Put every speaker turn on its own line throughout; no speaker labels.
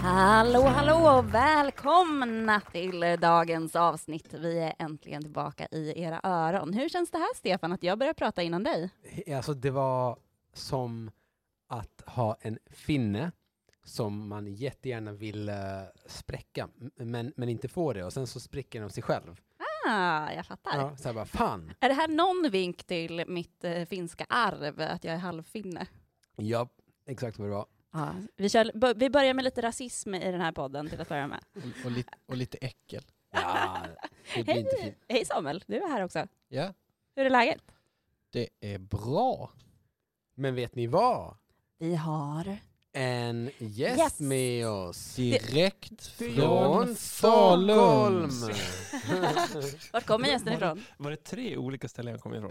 Hallå, hallå och välkomna till dagens avsnitt. Vi är äntligen tillbaka i era öron. Hur känns det här, Stefan, att jag börjar prata innan dig?
Alltså det var som att ha en finne som man jättegärna vill eh, spräcka, m- men, men inte får det. Och sen så spricker den av sig själv.
Ah, jag fattar.
Ja, så här bara, fan!
Är det här någon vink till mitt eh, finska arv, att jag är halvfinne?
Ja, exakt vad det var.
Ja, vi, kör, bör- vi börjar med lite rasism i den här podden till att börja med.
Och, och, lite, och lite äckel.
Ja, det blir inte fint.
Hej Samuel, du är här också.
Ja,
Hur är läget?
det är bra.
Men vet ni vad?
Vi har...
En gäst
Yes.
med oss.
Direkt
Från
från
Stockholm!
Falun.
Vart kommer gästen ifrån?
Var det tre olika ställen jag kom ifrån?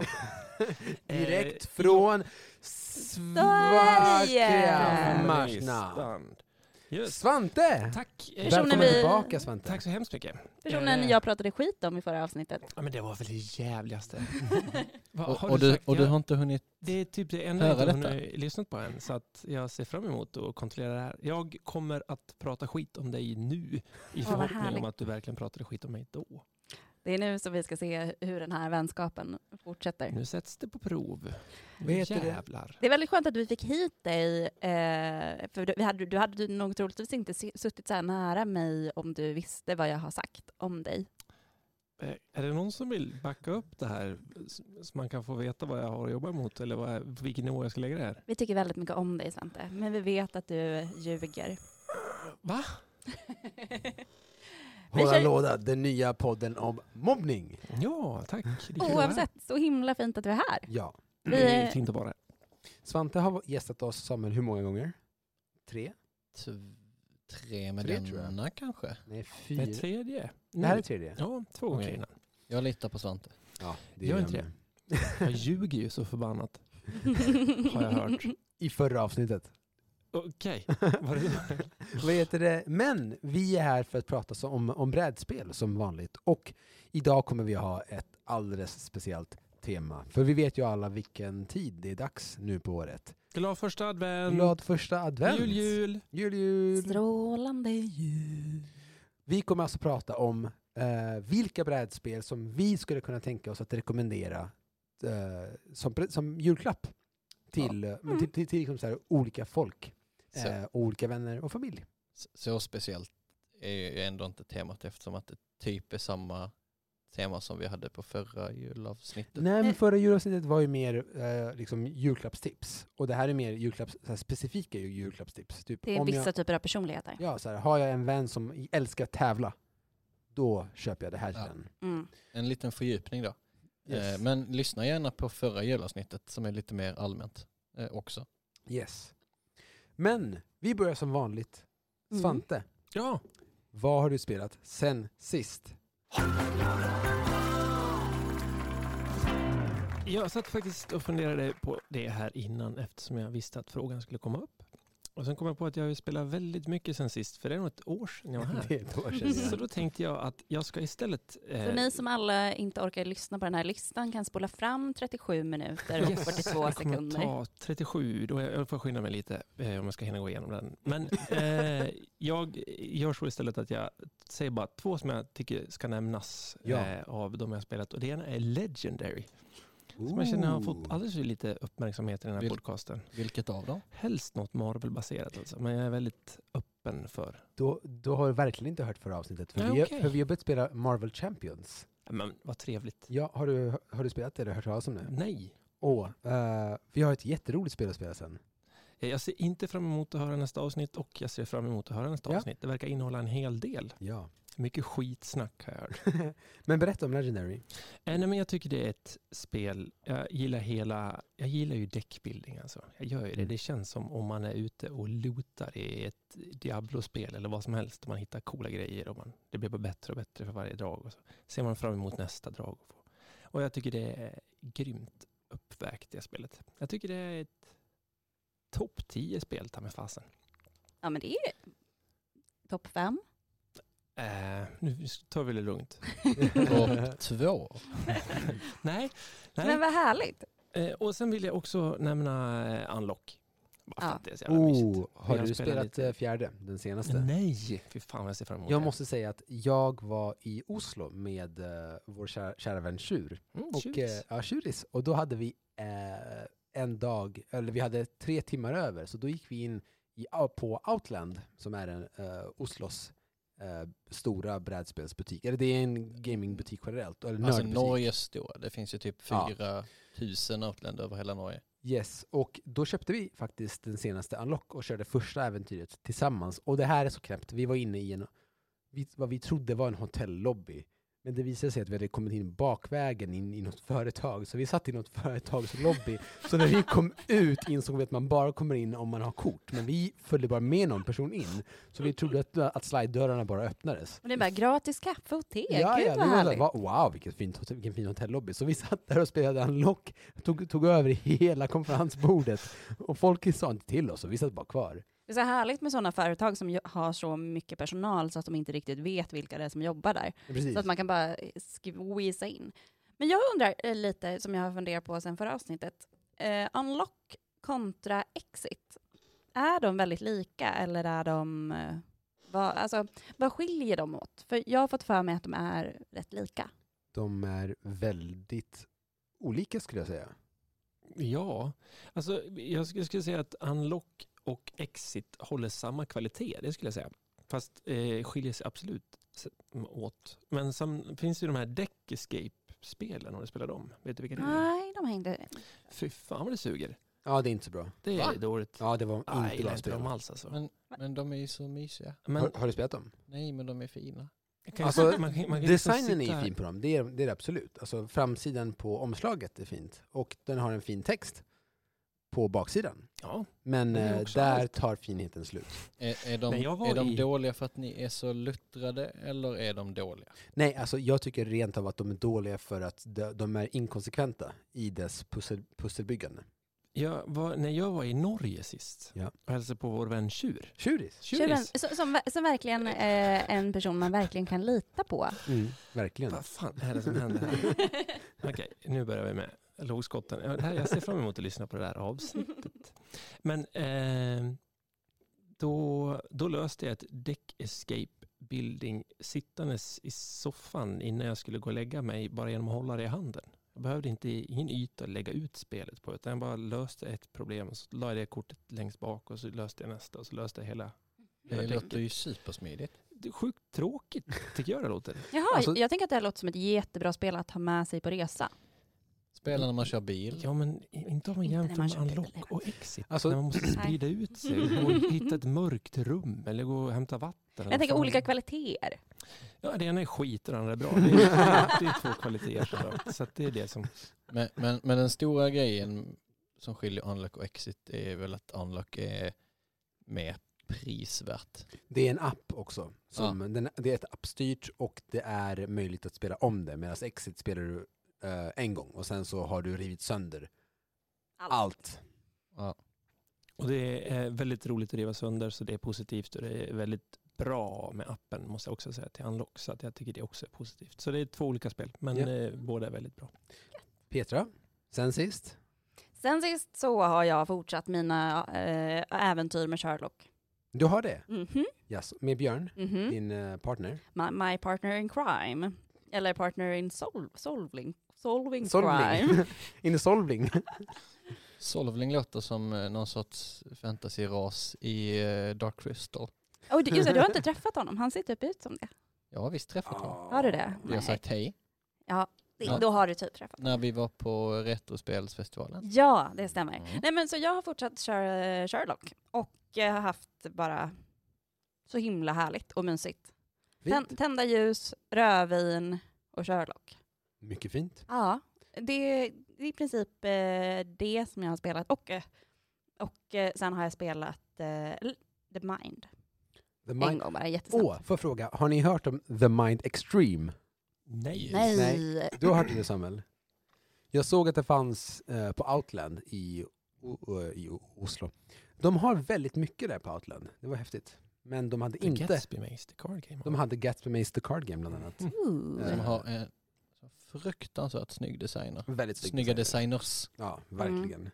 Direkt
Eh,
från
Sverige!
Äh,
Svaga marknad.
Härnösand. Just.
Svante!
Tack, eh,
Personen
Välkommen
vi-
tillbaka Svante.
tack så hemskt mycket.
Personen
Eh,
jag pratade skit om i förra avsnittet.
Ja, men det var väl det jävligaste. Vad
Och,
har
och, du,
sagt?
och du
Jag-
har inte hunnit...
Det är typ det enda
höra
jag inte har
detta?
lyssnat på än, så att jag ser fram emot att kontrollera det här. Jag kommer att prata skit om dig nu, i
vad
förhoppning
härligt.
om att du verkligen pratade skit om mig då.
Det är nu som vi ska se hur den här vänskapen fortsätter.
Nu sätts det på prov.
Vad heter det?
Jävlar.
Det är väldigt skönt att vi fick hit dig, eh, för du, vi hade, du hade nog troligtvis inte si- suttit så här nära mig om du visste vad jag har sagt om dig.
Eh, Är det någon som vill backa upp det här s- så man kan få veta vad jag har att jobba mot eller vad, jag- vilken nivå jag ska lägga det här?
Vi tycker väldigt mycket om dig Svante, men vi vet att du ljuger.
Va?
Vi
Hålla
kör-
låda, den nya podden om mobbning.
Ja, tack. Det är kul att vara här.
Oavsett, så himla fint att du är här.
Ja.
Vi-
Mm, Det är fint att vara här.
Svante har gästat oss, Samuel, hur många gånger? Tre?
tv- Tre med
Tre, tror jag.
denna kanske?
Nej,
Det
fyra.
är tredje.
Det här är
Nu.
tredje.
Ja, två gånger
Okej.
innan.
Jag litar på Svante.
Ja, det
Gör
jag
inte
med.
Jag ljuger ju så förbannat, har jag hört.
I förra avsnittet.
Okej, var det så?
Vad heter det? Men vi är här för att prata så om, om brädspel som vanligt. Och idag kommer vi ha ett alldeles speciellt tema. För vi vet ju alla vilken tid det är dags nu på året.
Glad första advent.
Glad första advent!
Jul, jul.
Jul, jul.
Strålande ljus.
Vi kommer alltså prata om eh, vilka brädspel som vi skulle kunna tänka oss att rekommendera eh, som, pre- som julklapp till, eh, men till, till, till liksom så här, olika folk,
Så,
eh, och olika vänner och familj.
så speciellt är ju ändå inte temat eftersom att det typ är samma tema som vi hade på förra julavsnittet.
Nej, men
Nej.
förra julavsnittet var ju mer eh, liksom julklappstips och det här är mer julklapps, så här, specifika ju- julklappstips. Typ,
Det är
om
vissa
jag,
typer av personligheter.
ja, så här, har jag en vän som i- älskar att tävla, då köper jag det här till
Ja.
den.
Mm.
En liten fördjupning då.
Yes.
Eh, Men lyssna gärna på förra julavsnittet som är lite mer allmänt eh, också.
yes. men vi börjar som vanligt.
Mm.
Svante.
Ja,
Vad har du spelat sen sist?
jag satt faktiskt och funderade på det här innan eftersom jag visste att frågan skulle komma upp. Och sen kom jag på att jag har ju spelat väldigt mycket sen sist, för det är nog ett år sedan jag var här.
Det är ett år sedan.
Så
ja.
då tänkte jag att jag ska istället... eh,
Så ni som alla inte orkar lyssna på den här listan kan spola fram 37 minuter och
Yes,
42
jag kommer
sekunder.
ta 37, då jag, jag får skynda mig lite eh, om jag ska hinna gå igenom den. Men eh, jag gör så istället att jag säger bara två som jag tycker ska nämnas
Ja.
eh, av de jag spelat. Och det ena är Legendary, som jag känner har fått alldeles för lite uppmärksamhet i den här
Vil-
podcasten.
Vilket av dem?
Helst något Marvel-baserat alltså, men jag är väldigt öppen för...
Då, då har jag verkligen inte hört förra avsnittet. För,
Nej,
vi,
okej.
för vi har börjat spela Marvel Champions.
Men vad trevligt.
Ja, har, du, har du spelat det eller hört talas om det?
Nej,
Åh, eh, vi har ett jätteroligt spel att spela sen.
jag ser inte fram emot att höra nästa avsnitt och jag ser fram emot att höra nästa
Ja.
avsnitt. Det verkar innehålla en hel del.
Ja.
Mycket skitsnack har jag hört.
Men berätta om Legendary.
Eh, nej, men jag tycker det är ett spel. Jag gillar hela, jag gillar ju däckbildning alltså. Jag gör ju det.
Mm.
Det känns som om man är ute och lotar i ett Diablo-spel eller vad som helst. Man hittar coola grejer och man, det blir bara bättre och bättre för varje drag. Och så ser man fram emot nästa drag. Och, få. och jag tycker det är grymt uppvägt det spelet. Jag tycker det är ett topp 10-spel, ta mig fasen.
Ja, men det är topp fem.
Eh, nu tar vi det lugnt.
Topp två.
Nej, nej.
Men vad härligt.
Eh, och sen vill jag också nämna eh, Unlock. Bara för
Ja.
att det är så jävla mysigt.
Oh, har
Jag
du
spelar
spelat
lite.
eh, fjärde, den senaste?
Nej, fy fan vad jag ser fram emot
Jag
det.
måste säga att jag var i Oslo med eh, vår kära, kära vän Tjur.
Mm,
Och, eh,
tjus.
ja, Tjuris. Och då hade vi eh, en dag, eller vi hade tre timmar över, så då gick vi in i, på Outland, som är en, eh, Oslos eh, stora brädspelsbutik. Eller det är en gamingbutik generellt, eller
Alltså
nördbutik.
Norges stora. Det finns ju typ
Ja.
fyra tusen Outland över hela Norge.
Yes, och då köpte vi faktiskt den senaste Unlock och körde första äventyret tillsammans. Och det här är så knäppt, vi var inne i en, vi, vad vi trodde var en hotellobby. Men det visade sig att vi hade kommit in bakvägen in i något företag, så vi satt i något företags lobby. Så när vi kom ut insåg vi att man bara kommer in om man har kort, men vi följde bara med någon person in. Så vi trodde att, att slide-dörrarna bara öppnades.
Och det är bara gratis kaffe och te. Gud
vi
vad
var såhär,
härligt.
"Va- wow, vilket fint hotell, vilken fin hotellobby. Så vi satt där och spelade Unlock, tog, tog över hela konferensbordet. Och folk sa inte till oss och vi satt bara kvar.
Det är så härligt med sådana företag som ju- har så mycket personal så att de inte riktigt vet vilka det är som jobbar där.
Ja, Precis.
Så att man kan bara squeeza in. Men jag undrar eh, lite, som jag har funderat på sen förra avsnittet, eh, unlock kontra exit, är de väldigt lika eller är de... Eh, vad, alltså, vad skiljer de åt? För jag har fått för mig att de är rätt lika.
De är väldigt olika skulle jag säga.
Ja, alltså jag skulle, jag skulle säga att Unlock och Exit håller samma kvalitet, det skulle jag säga. Fast eh, skiljer sig absolut s- åt. Men sen finns ju de här Deck Escape-spelen, har du spelat dem? Vet du vilka det är?
Nej, de hängde...
Fy fan vad det suger.
Ja, det är inte så bra.
Det är
Va?
dåligt.
Ja, det var inte
Nej, jag gillar
bra
inte
spel.
dem alls alltså.
Men, men de är ju så mysiga.
Men,
har, har du spelat dem?
Nej, men de är fina.
kan ju-
Alltså,
man kan- man kan ju liksom
Designen är
sitta-
ju fin på dem, det är det, är det absolut. Alltså, framsidan på omslaget är fint. Och den har en fin text på baksidan.
Ja,
Men
Det är
eh,
också
där
allt.
tar finheten slut.
Är, är
Men
de,
jag var
är de
i-
dåliga för att ni är så luttrade eller är de dåliga?
Nej, alltså jag tycker rent av att de är dåliga för att de, de är inkonsekventa i dess pussel, pusselbyggande.
jag var, när jag var i Norge sist
Ja.
och hälsade på vår vän Tjur.
Tjuris!
Tjuris.
Så- Som, som, verkligen eh, en person man verkligen kan lita på.
Mm, verkligen.
Vad fan är det som händer här? Okej, nu börjar vi med lågskotten. Ja, det här- Jag ser fram emot att lyssna på det här avsnittet. Men eh, då, då löste jag ett deck escape building sittandes i soffan innan jag skulle gå och lägga mig bara genom att hålla det i handen. Jag behövde inte ingen yta att lägga ut spelet på utan jag bara löste ett problem och så la jag det kortet längst bak och så löste jag nästa och så löste jag hela.
Det
Jag
låter ju supersmidigt.
Det är sjukt tråkigt tycker jag det låter.
Jaha,
Alltså-
jag tänker att det här låter som ett jättebra spel att ha med sig på resa.
Spela när man kör bil.
Ja, men i- inte om man
Inte när
jämför
man
med
köper
unlock
biljetter.
och exit.
Alltså-
när man måste sprida ut sig och hitta ett mörkt rum eller gå och hämta vatten.
Jag tänker
Fan.
olika kvaliteter.
Ja, det ena är skit och det andra är bra. Det är, det är två kvaliteter. såklart. Så att det är det som...
Men, men, men den stora grejen som skiljer Unlock och Exit är väl att Unlock är mer prisvärt.
Det är en app också. Som, den, det är ett appstyrt och det är möjligt att spela om det. Medan Exit spelar du eh, en gång och sen så har du rivit sönder allt.
Och det är eh, väldigt roligt att riva sönder så det är positivt och det är väldigt bra med appen måste jag också säga till Unlock. Så att jag tycker det också är positivt. Så det är två olika spel men
Ja.
eh, båda är väldigt bra.
Petra, sen sist.
Sen sist så har jag fortsatt mina eh, äventyr med Sherlock.
Du har det?
Mhm,
Yes. Med Björn,
mhm.
din eh, partner.
My, my partner in crime. Eller partner in sol, solving. Solving, crime.
Solving. In Solving.
Solvling låter som eh, någon sorts fantasy-ras i eh, Dark Crystal.
Och Oh, du, just det, du har inte träffat honom, han ser typ ut som det.
Jag har visst träffat honom.
Har du det?
Vi har sagt hej
Det-
Ja.
Då har du typ träffat honom.
när vi var på Retrospelsfestivalen.
Ja, det stämmer.
Mm.
Nej men så jag har fortsatt köra eh, Sherlock och jag har haft bara så himla härligt och mysigt.
Fint.
Tän- Tända ljus, rödvin och körlock.
Mycket fint.
Ja, det, det är i princip eh, det som jag har spelat. Och, eh, och eh, sen har jag spelat eh, L- The Mind.
The
En
Mind.
gång bara, jättesnabbt.
Åh, får jag fråga, har ni hört om The Mind Extreme?
Nej.
Nej.
Du har hört om det Samuel? Jag såg att det fanns eh, på Outland i, O- O- eh, i O- Oslo. De har väldigt mycket där på Outland. Det var häftigt. Men de hade
The
inte...
Gatsby Mm. Maze, The Card Game.
De hade Gatsby Maze The Card Game bland annat.
Ooh.
Eh,
Som har en fruktansvärt snygg designer.
Väldigt snyggt
Snygga
design.
designers.
Ja,
Mm.
verkligen.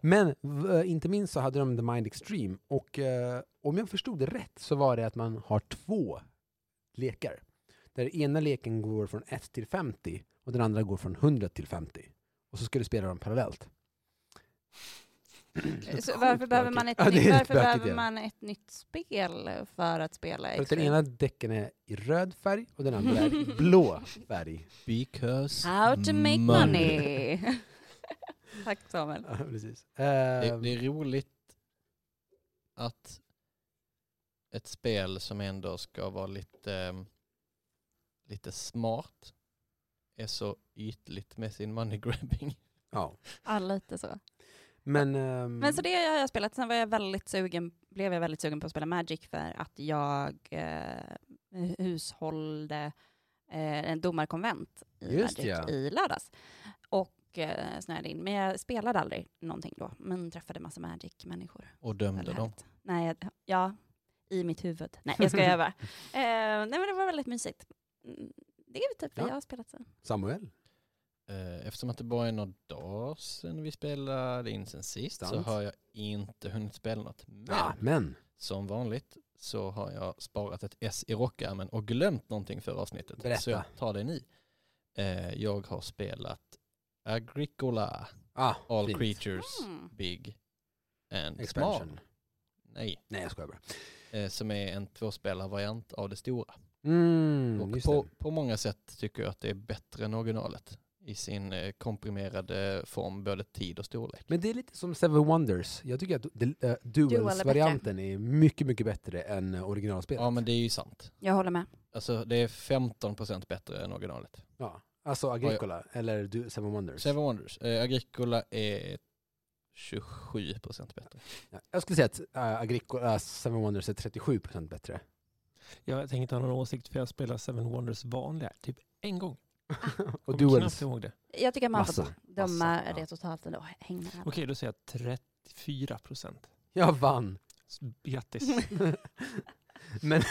Men v- eh, inte minst så hade de The Mind Extreme och eh, om jag förstod det rätt så var det att man har två lekar. Där ena leken går från 1 till 50 och den andra går från 100 till 50. Och så ska du spela dem parallellt.
Eh, Så varför behöver, man ett,
Ja, det är
nytt-
lite
varför
bökigt,
behöver
ja.
man ett nytt spel för att spela
För att den
Extreme?
ena däcken är i röd färg och den andra är i blå färg.
Because
How to make money. Tack Samuel.
Ja, precis.
Det,
Ehm,
det är roligt att ett spel som ändå ska vara lite, ehm, lite smart är så ytligt med sin money grabbing.
ja.
Ja, lite så.
Men, ehm,
Men så det har jag spelat. Sen var jag väldigt sugen, blev jag väldigt sugen på att spela Magic för att jag eh, hushållde eh, en domarkonvent i
Just
Magic
ja.
i lördags. Och eh, snöade in. Men jag spelade aldrig någonting då. Men träffade massa Magic-människor.
Och
Väl
dömde dem.
härligt. Nej, jag- ja, i mitt huvud. Nej, jag skojar bara. Eh, nej, men det var väldigt mysigt. Mm, Det är väl typ det
Ja.
jag har spelat sen.
Samuel?
Eh, Eftersom att det bara är några dagar sedan vi spelade in sen sist så
Sant. Ah.
har jag inte hunnit spela något. Men
Ja, men.
som vanligt så har jag sparat ett S i rockärmen och glömt någonting för avsnittet.
Berätta.
Så jag tar det nu. Eh, Jag har spelat Agricola,
Ah,
All
fint.
Creatures
Mm.
Big and
Expansion.
Small. Nej,
Nej, jag skojar bara.
eh, som är en tvåspelarvariant av det stora.
Mm,
och
just
på,
det.
på många sätt tycker jag att det är bättre än originalet i sin eh, komprimerade form, både tid och storlek.
Men det är lite som Seven Wonders. Jag tycker att du- eh, Duels-varianten är mycket, mycket bättre än eh, originalspelet.
Ja, men det är ju sant.
Jag håller med.
Alltså det är 15% bättre än originalet.
Ja, Alltså Agricola, eller du, Seven Wonders.
Seven Wonders. Eh, Agricola är 27% bättre.
Ja, jag skulle säga att eh, Agricola, eh, Seven Wonders är 37% bättre.
Jag tänkte inte ha någon åsikt för jag spelar Seven Wonders vanliga typ en gång.
och
Kommer knappt
Duels,
ihåg det.
Jag tycker man får
massor.
döma
Massa, ja.
det totalt ändå. Häng med.
Okej, då säger jag 34 procent.
Jag vann. Mm.
Grattis.
men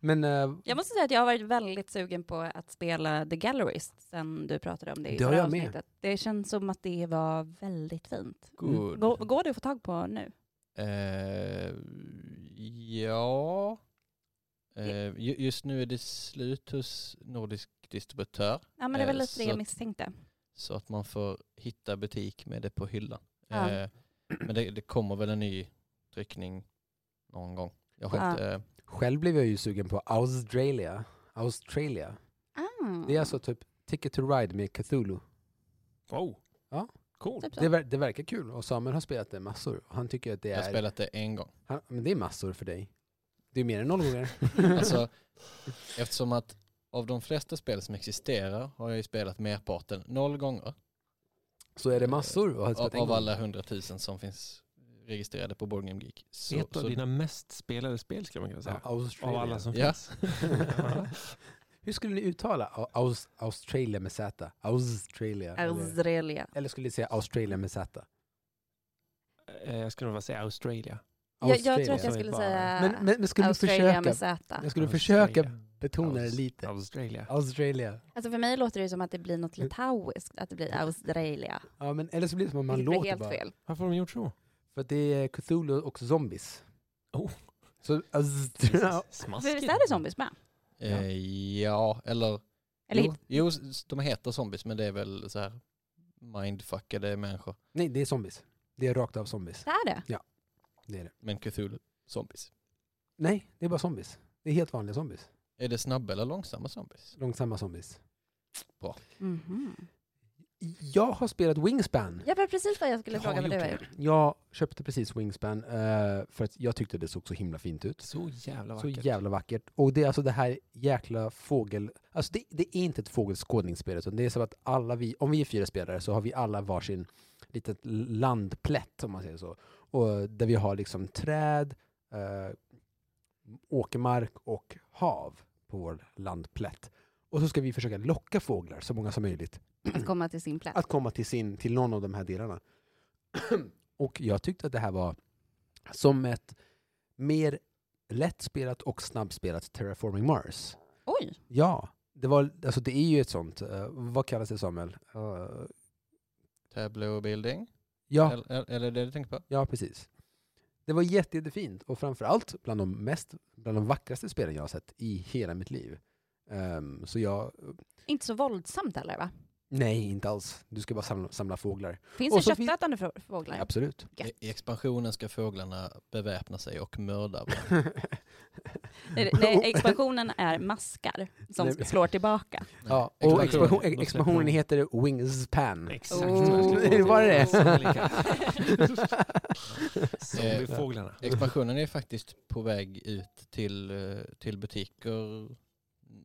men eh,
Jag måste säga att jag har varit väldigt sugen på att spela The Gallerist sen du pratade om det i
Det har
förra
jag med.
avsnittet. Det känns som att det var väldigt fint.
Good.
Går, går det att få tag på nu?
Eh, ja. Eh, ju- just nu är det slut hos nordisk distributör
Ja, men det var
Eh,
lite det
så
jag
att-
misstänkte.
så att man får hitta butik med det på hyllan.
Ja.
Eh, men det, det kommer väl en ny tryckning någon gång. Jag har
Ja.
inte, eh,
själv blev jag ju sugen på Australia. Australia.
Ah,
Det är alltså typ Ticket to Ride med Cthulhu.
Wow.
Ja.
Cool.
typ så.
Det, ver- det verkar kul och Samuel har spelat det massor. Och han tycker att det
jag har
är...
spelat det en gång.
Han, men det är massor för dig. Det är mer än noll gånger.
Alltså, eftersom att av de flesta spel som existerar har jag ju spelat merparten noll gånger.
Så är det massor. Och har spelat
Av,
en
av
gång.
alla hundratusen som finns registrerade på Board Game Geek. Så,
Ett av
så,
dina mest spelade spel skulle man kunna
Ja,
säga.
Australia.
Av alla som
Ja.
finns. Ja.
Hur skulle ni uttala Au- Aus, Australia med Z? Australia. Eller,
Australia.
eller skulle ni säga Australia med Z?
Eh, Jag skulle nog bara säga Australia.
Jag, jag tror att
Australia.
jag skulle
Bara-
säga
Men, men, men skulle du
Australia
försöka,
med Z.
jag skulle
Australia.
försöka betona det
Aus-
lite.
Australia.
Australia.
Alltså för mig låter det som att det blir något litauiskt, att det blir Australia.
Ja, men, eller så blir det som att man
Vilket blir
låter
helt
bara.
fel.
Varför har de gjort så?
För att det är Cthulhu och zombies.
Oh.
Så Australia.
För
Smaskigt.
visst är det zombies med?
eh, ja, eller...
Eller
jo, jo, s- de heter zombies men det är väl så här mindfuckade människor.
Nej, det är zombies. Det är rakt av zombies.
det är det?
Det är det.
Men Cthulhu, zombies.
Nej, det är bara zombies. Det är helt vanliga zombies.
Är det snabba eller långsamma zombies?
Långsamma zombies.
Mhm.
Jag har spelat Wingspan.
Jag var precis vad jag skulle
Jag
fråga
har
vad du
gjort
har
det.
gjort.
Jag köpte precis Wingspan eh, för att jag tyckte det såg så himla fint ut.
Så jävla
Så
vackert.
jävla vackert. Och det är alltså det här jäkla fågel... Alltså det, det är inte ett fågelskådningsspel utan det är så att alla vi, om vi är fyra spelare så har vi alla varsin litet landplätt om man säger så. Och där vi har liksom träd, eh, åkermark och hav på vår landplätt. Och så ska vi försöka locka fåglar, så många som möjligt,
Att komma till sin plats.
att komma till, sin, till någon av de här delarna. och jag tyckte att det här var som ett mer lättspelat och snabbspelat Terraforming Mars.
Oj!
Ja, det, var, alltså det är ju ett sånt, eh, vad kallas det Samuel? Eh,
Tableau building?
ja,
Eller, eller är det du tänker på?
ja, precis. Det var jätte, jättefint och framförallt bland de, mest, bland de vackraste spelen jag har sett i hela mitt liv. Ehm, så jag,
Inte så våldsamt heller va?
nej inte alls, du ska bara samla, samla fåglar.
Finns
Och
det
så fin-
köttätande fin- fåglar?
Absolut.
Gött.
I, I E- expansionen ska fåglarna beväpna sig och mörda varandra.
Nej, nej, expansionen är maskar som
Nej.
slår tillbaka.
Ja,
Nej,
och
expansion.
expansion, expansionen heter Wingspan.
Exakt
Oh.
vad jag skulle
Är det bara det? Mm.
Zombiefåglarna.
Expansionen är faktiskt på väg ut till, eh, till butiker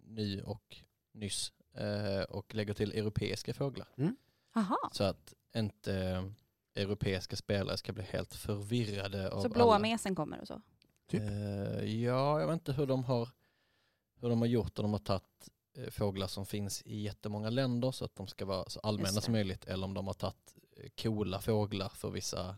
ny och nyss eh, och lägger till europeiska fåglar.
Jaha,
Så att inte eh, europeiska spelare ska bli helt förvirrade av
så blåa
alla.
mesen kommer och så.
Typ.
Eh, ja, jag vet inte hur de har, hur de har gjort och de har tagit eh, fåglar som finns i jättemånga länder så att de ska vara så allmänna
Just det.
som möjligt eller om de har tagit eh, coola fåglar för vissa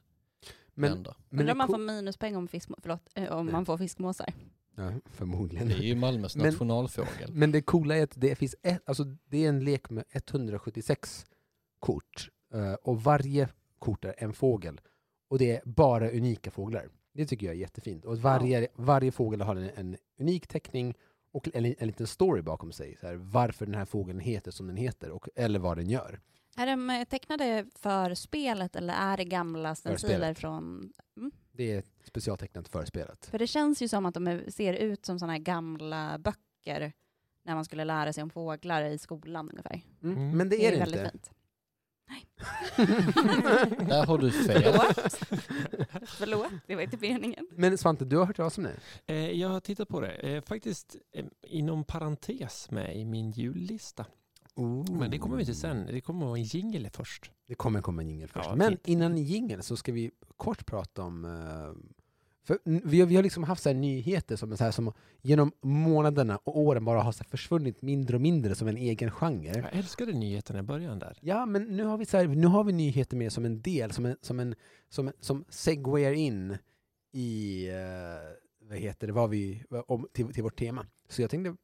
Men,
länder.
men
Undrar om man
ko-
får minuspoäng om, fisk, förlåt, eh, om man får fiskmåsar.
ja, förmodligen.
Det är ju Malmös
Men-
nationalfågel.
Men det coola är att det finns ett, alltså det är en lek med 176 kort eh, och varje kort är en fågel. Och det är bara unika fåglar. Det tycker jag är jättefint. Och varje, varje fågel har en, en unik teckning och en, li- en liten story bakom sig. Så här, varför den här fågeln heter som den heter och, eller vad den gör.
Är de eh, tecknade för spelet eller är det gamla stenciler
spelet.
från... Mm.
Det är specialtecknat för spelet.
För det känns ju som att de är, ser ut som sådana här gamla böcker när man skulle lära sig om fåglar i skolan ungefär.
Mm.
Mm.
Men det är det,
väldigt
inte.
fint.
Där har du fel.
Förlåt. Förlåt, det var inte meningen.
Men Svante, du har hört talas om det?
Eh, jag har tittat på det. Eh, faktiskt eh, inom parentes med i min jullista. Oh, Men det kommer vi till sen. Det kommer vara en jingle först.
Det kommer komma en jingel först.
Ja,
Men
fint.
innan jingeln så ska vi kort prata om... eh, För n- vi, har, vi har liksom haft så här nyheter som, är så här, som genom månaderna och åren bara har så här försvunnit mindre och mindre som en egen genre.
Jag älskade nyheten i början där.
Ja, men nu har vi, så här, nu har vi nyheter med som en del, som, en, som, en, som, en, som segwayar in i eh, vad heter det, vad vi, vad- om, till, till vårt tema. Så jag tänkte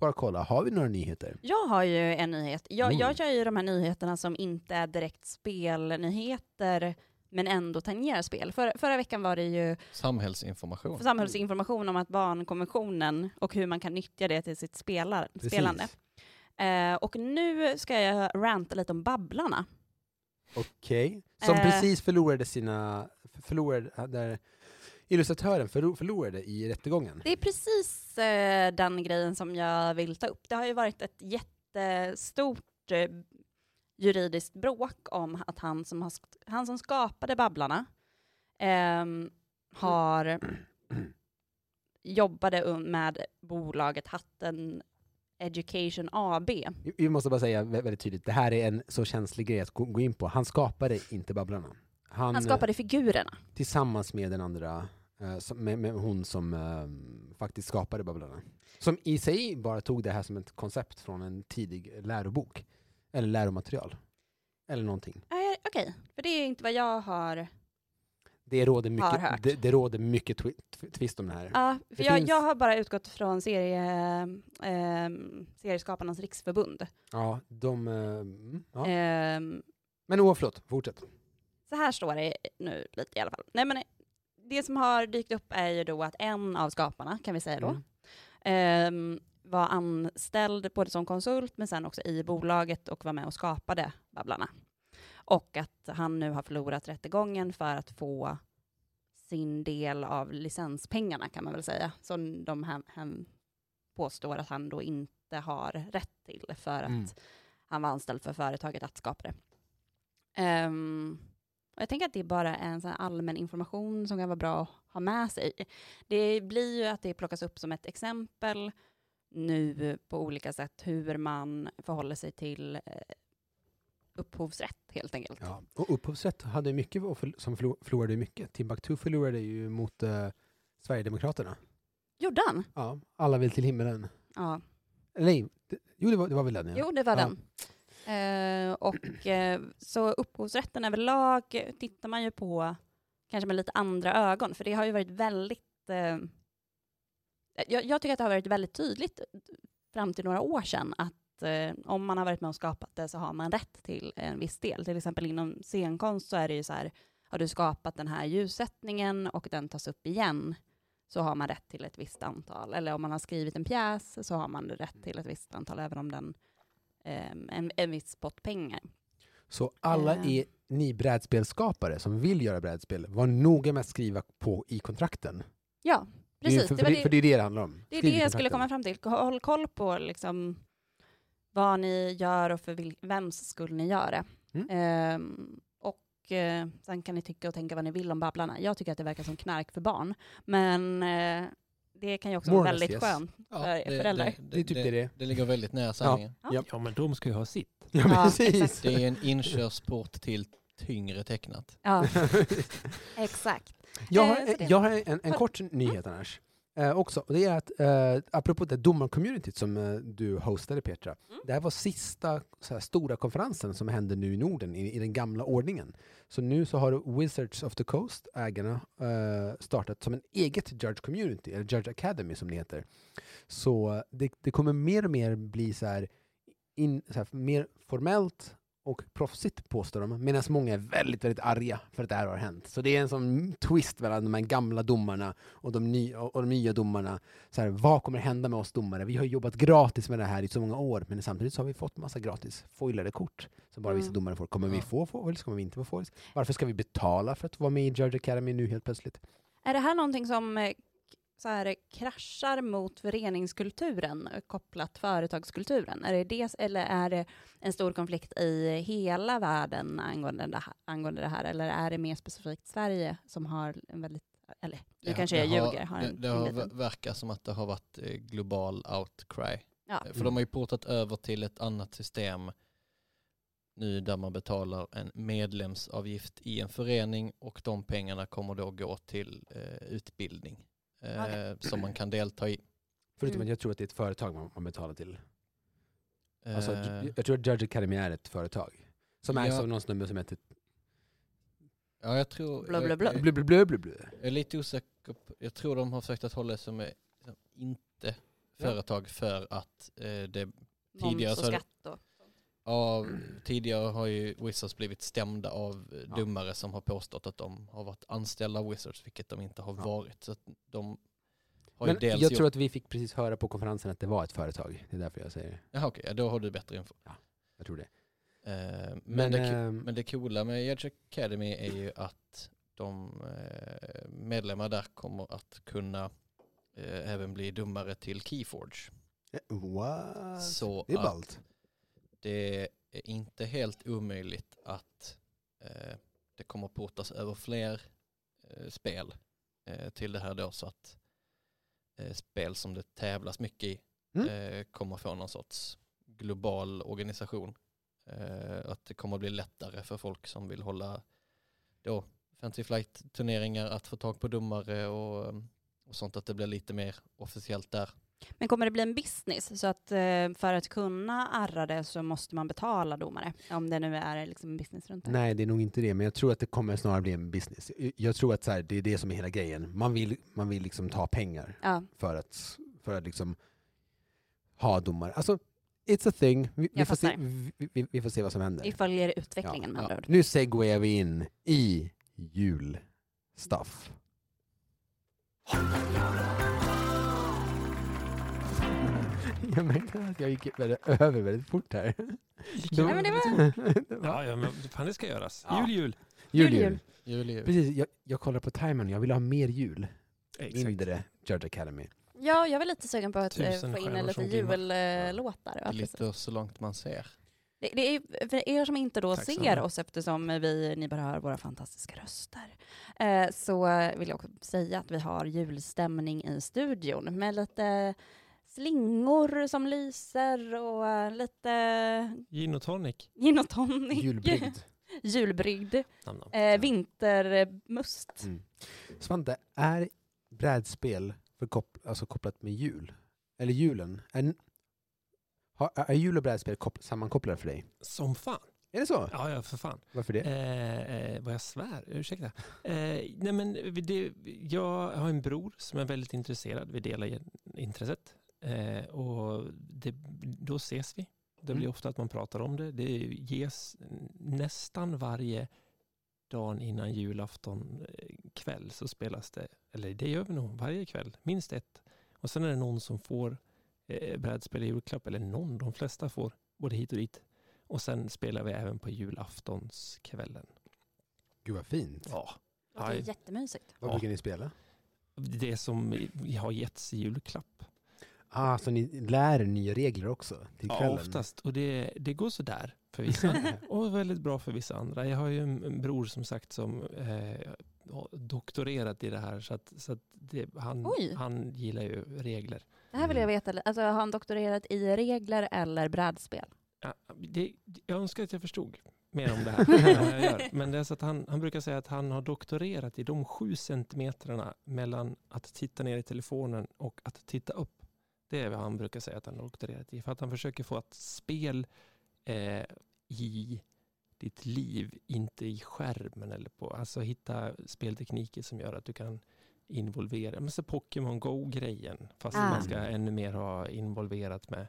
bara kolla, har vi några nyheter?
Jag har ju en nyhet. Jag,
Mm.
jag kör ju de här nyheterna som inte är direkt spelnyheter men ändå tangerar spel. För, förra veckan var det ju
Samhällsinformation.
samhällsinformation om att barnkonventionen och hur man kan nyttja det till sitt spelar,
Precis.
spelande. Eh, och nu ska jag ranta lite om Babblarna.
Okej. Som
Eh.
precis förlorade sina... Förlorade, där illustratören förlo- förlorade i rättegången.
Det är precis eh, den grejen som jag vill ta upp. Det har ju varit ett jättestort eh, juridiskt bråk om att han som, har, sk- han som skapade Babblarna ehm, har jobbade un- med bolaget Hatten Education AB.
Vi- Vi måste bara säga vä- väldigt tydligt, det här är en så känslig grej att gå- gå in på. Han skapade inte Babblarna. Han,
Han skapade figurerna.
eh, tillsammans med den andra, eh, som- med, med hon som eh, faktiskt skapade Babblarna. Som i sig bara tog det här som ett koncept från en tidig lärobok. Eller läromaterial. Eller någonting.
Eh, Okej, för det är inte vad jag har...
Det råder
Har hört.
mycket, det, det råder mycket twi- tw- twist om det här.
Ja, för
Det
jag,
finns-
jag har bara utgått från serie, ehm, Serieskaparnas riksförbund.
Ja, de... eh, mm, ja.
Ehm,
Men oh, förlåt, fortsätt.
Så här står det nu lite i alla fall. Nej, men eh, det som har dykt upp är ju då att en av skaparna, kan vi säga då,
Mm.
ehm, var anställd både som konsult men sen också i bolaget och var med och skapade Babblarna. Och att han nu har förlorat rättegången för att få sin del av licenspengarna kan man väl säga, som de här, han påstår att han då inte har rätt till för att
Mm.
han var anställd för företaget att skapa det. Ehm, och jag tänker att det bara är en sån här allmän information som kan vara bra att ha med sig. Det blir ju att det plockas upp som ett exempel nu på olika sätt hur man förhåller sig till eh, upphovsrätt helt enkelt.
Ja. Och upphovsrätt hade ju mycket och förl- som förlo- förlorade mycket. Timbuktu förlorade ju mot eh, Sverigedemokraterna.
Gjorde han?
Ja, alla vill till himmelen.
Ja.
Nej, det, jo det var, det var väl den ja.
Jo, det var
Ja.
den. Eh, och eh, så upphovsrätten överlag tittar man ju på kanske med lite andra ögon, för det har ju varit väldigt... Eh, jag, jag tycker att det har varit väldigt tydligt fram till några år sedan att eh, om man har varit med och skapat det så har man rätt till en viss del. Till exempel inom scenkonst så är det ju så här, har du skapat den här ljussättningen och den tas upp igen så har man rätt till ett visst antal. Eller om man har skrivit en pjäs så har man rätt till ett visst antal, även om den eh, en, en viss pott pengar.
Så alla
Eh.
är ni brädspelskapare som vill göra brädspel, var noga med att skriva på i kontrakten.
Ja,
Det är ju
precis.
för,
Det,
för,
var
det, för det
det,
är det det handlar om.
det är
Skriv i
det jag skulle komma
kontrakten.
fram till. Håll koll på liksom vad ni gör och för vil- vems skull ni gör det.
Mm.
Ehm, och eh, sen kan ni tycka och tänka vad ni vill om Babblarna. Jag tycker att det verkar som knark för barn, men eh, det kan ju också vara
More or less,
väldigt
yes.
skönt. För föräldrar.
Det är typ det det är.
det ligger väldigt nära sanningen.
Ja, men de ska ju ha sitt.
Ja,
Ja,
precis.
exakt.
Det är en inkörsport till tyngre tecknat.
Ja, exakt.
jag,
Eh,
har,
så det-
jag har en, en kort nyhet annars. Eh, också, och det är att, eh, apropå det domarcommunityt som eh, du hostade Petra, det här var sista så här, stora konferensen som hände nu i Norden i, i den gamla ordningen. Så nu så har Wizards of the Coast, ägarna, eh, startat som en eget Judge Community, eller Judge Academy som det heter. Så det, det kommer mer och mer bli så här, in, så här, mer formellt och proffsigt påstår de, medan många är väldigt, väldigt arga för att det här har hänt. Så det är en sån twist mellan de här gamla domarna och de, nya, och de nya domarna. Så här, vad kommer hända med oss domare? Vi har jobbat gratis med det här i så många år, men samtidigt så har vi fått massa gratis foilade kort som bara vissa
Mm.
domare får. Kommer vi
Ja.
få foils? Kommer vi inte få foils? Varför ska vi betala för att vara med i Judge Academy nu helt plötsligt?
Är det här någonting som eh, k- så här, kraschar mot föreningskulturen eh, kopplat företagskulturen? Är det det, eller är det en stor konflikt i hela världen angående det här? Angående det här? Eller är det mer specifikt Sverige som har en väldigt, eller nu kanske jag
Det har-
ljuger, har
det,
en,
det
en
har,
liten.
verkar som att det har varit eh, global outcry.
Ja.
För de har ju portat över till ett annat system nu där man betalar en medlemsavgift i en förening och de pengarna kommer då gå till eh, utbildning eh,
Okej.
som man kan delta i.
Förutom
Mm.
att jag tror att det är ett företag man, man betalar till.
Eh,
Alltså, ju- jag tror att Judge Academy är ett företag. Som ägs
Ja.
av någon snubbe som heter
ja, jag tror...
Blö,
eh,
blö,
jag-
blö.
jag-
blö, blö, blö, blö, blö.
Jag är lite osäker. På, jag tror de har försökt att hålla det som, eh, som inte företag för att eh, det, tidigare
Moms
så
och
har det-
skatt och...
ja, tidigare har ju Wizards blivit stämda av eh,
Ja.
domare som har påstått att de har varit anställda av Wizards, vilket de inte har
Ja.
varit. Så att de har
Men
ju dels
jag
gjort...
tror att vi fick precis höra på konferensen att det var ett företag. Det är därför jag säger det.
Jaha, okej, ja, då har du bättre info.
Jag tror det.
Eh, men,
Men,
det,
ehm,
men det coola med Edge Academy är ju att de eh, medlemmar där kommer att kunna eh, även bli domare till Keyforge.
what?
Så
det är
att-
ballt.
det är inte helt omöjligt att eh, det kommer portas över fler eh, spel eh, till det här då så att eh, spel som det tävlas mycket i
Mm.
eh, kommer få någon sorts global organisation. Eh, att det kommer bli lättare för folk som vill hålla då Fancy Flight-turneringar att få tag på domare och, och sånt att det blir lite mer officiellt där.
Men kommer det bli en business? Så att eh, för att kunna arra det så måste man betala domare? Om det nu är liksom en business runt det.
Nej, det är nog inte det, men jag tror att det kommer snarare bli en business. Jag- Jag tror att så här, det är det som är hela grejen. Man vill, man vill liksom ta pengar
Ja.
för att, för att liksom ha domare. Alltså, it's a thing. Vi, vi,
Jag
får, se,
fattar.
vi, vi, vi får se vad som händer.
Vi följer utvecklingen med
Ja.
andra ord.
Nu segwayar vi in i julstuff. Jag märkte att jag gick väldigt, över väldigt fort här.
Nej, men det var...
Ja, ja, men fan det ska göras.
Ja.
Jul, jul.
Jul,
Jul,
jul.
jul.
Jul, jul.
Precis, jag, jag kollar på timern. Jag vill ha mer jul.
Exakt.
Mindre George Academy.
Ja, jag var lite sugen på att eh,
Tusen
få in
stjärnor
lite
som glimmar.
jullåtar. Ja, precis.
Glitter så långt man ser.
Det, det är, för er som inte då
Tack
ser
snälla.
oss eftersom vi, ni bara hör våra fantastiska röster, eh, så eh, vill jag också säga att vi har julstämning i studion med lite slingor som lyser och eh, lite
Gin och tonic.
gin och tonic.
Julbrygd.
Julbrygd.
Namn, namn.
Eh, vintermust.
Mm. Svante, är brädspel för kop- alltså kopplat med jul? Eller julen? Är, har, är jul och brädspel kopp- sammankopplade för dig?
Som fan.
Är det så?
Ja, ja, för fan.
Varför det?
Eh, eh, vad jag svär, ursäkta. Eh, nej men det, jag har en bror som är väldigt intresserad, vi delar gen- intresset. Eh, och det, då ses vi. Det blir
Mm.
ofta att man pratar om det. Det ges nästan varje dagen innan julafton eh, kväll så spelas det, eller det gör vi nog varje kväll, minst ett. Och sen är det någon som får eh, brädspel i julklapp, eller någon, de flesta får både hit och dit. Och sen spelar vi även på julaftonskvällen.
Gud vad fint.
Ja.
Låter
Aj.
jättemysigt.
Vad
Ja.
brukar ni spela?
Det som i- har getts i julklapp.
Ah, så ni lär er nya regler också till kvällen?
Ja, oftast. Och det, det går sådär för vissa. och väldigt bra för vissa andra. Jag har ju en, en bror som sagt som eh, har doktorerat i det här. Så att, så att det, han,
Oj.
han gillar ju regler.
Det här vill jag veta. li- Alltså, har han doktorerat i regler eller brädspel?
Ja, det, jag önskar att jag förstod mer om det här än vad jag gör. Men det är så att han, han brukar säga att han har doktorerat i de sju centimetrarna mellan att titta ner i telefonen och att titta upp. Det är vad han brukar säga att han har doktorerat i. För att han försöker få att spel eh, i ditt liv, inte i skärmen eller på, alltså hitta speltekniker som gör att du kan involvera, men så Pokémon Go-grejen, fast
Ah.
man ska ännu mer ha involverat med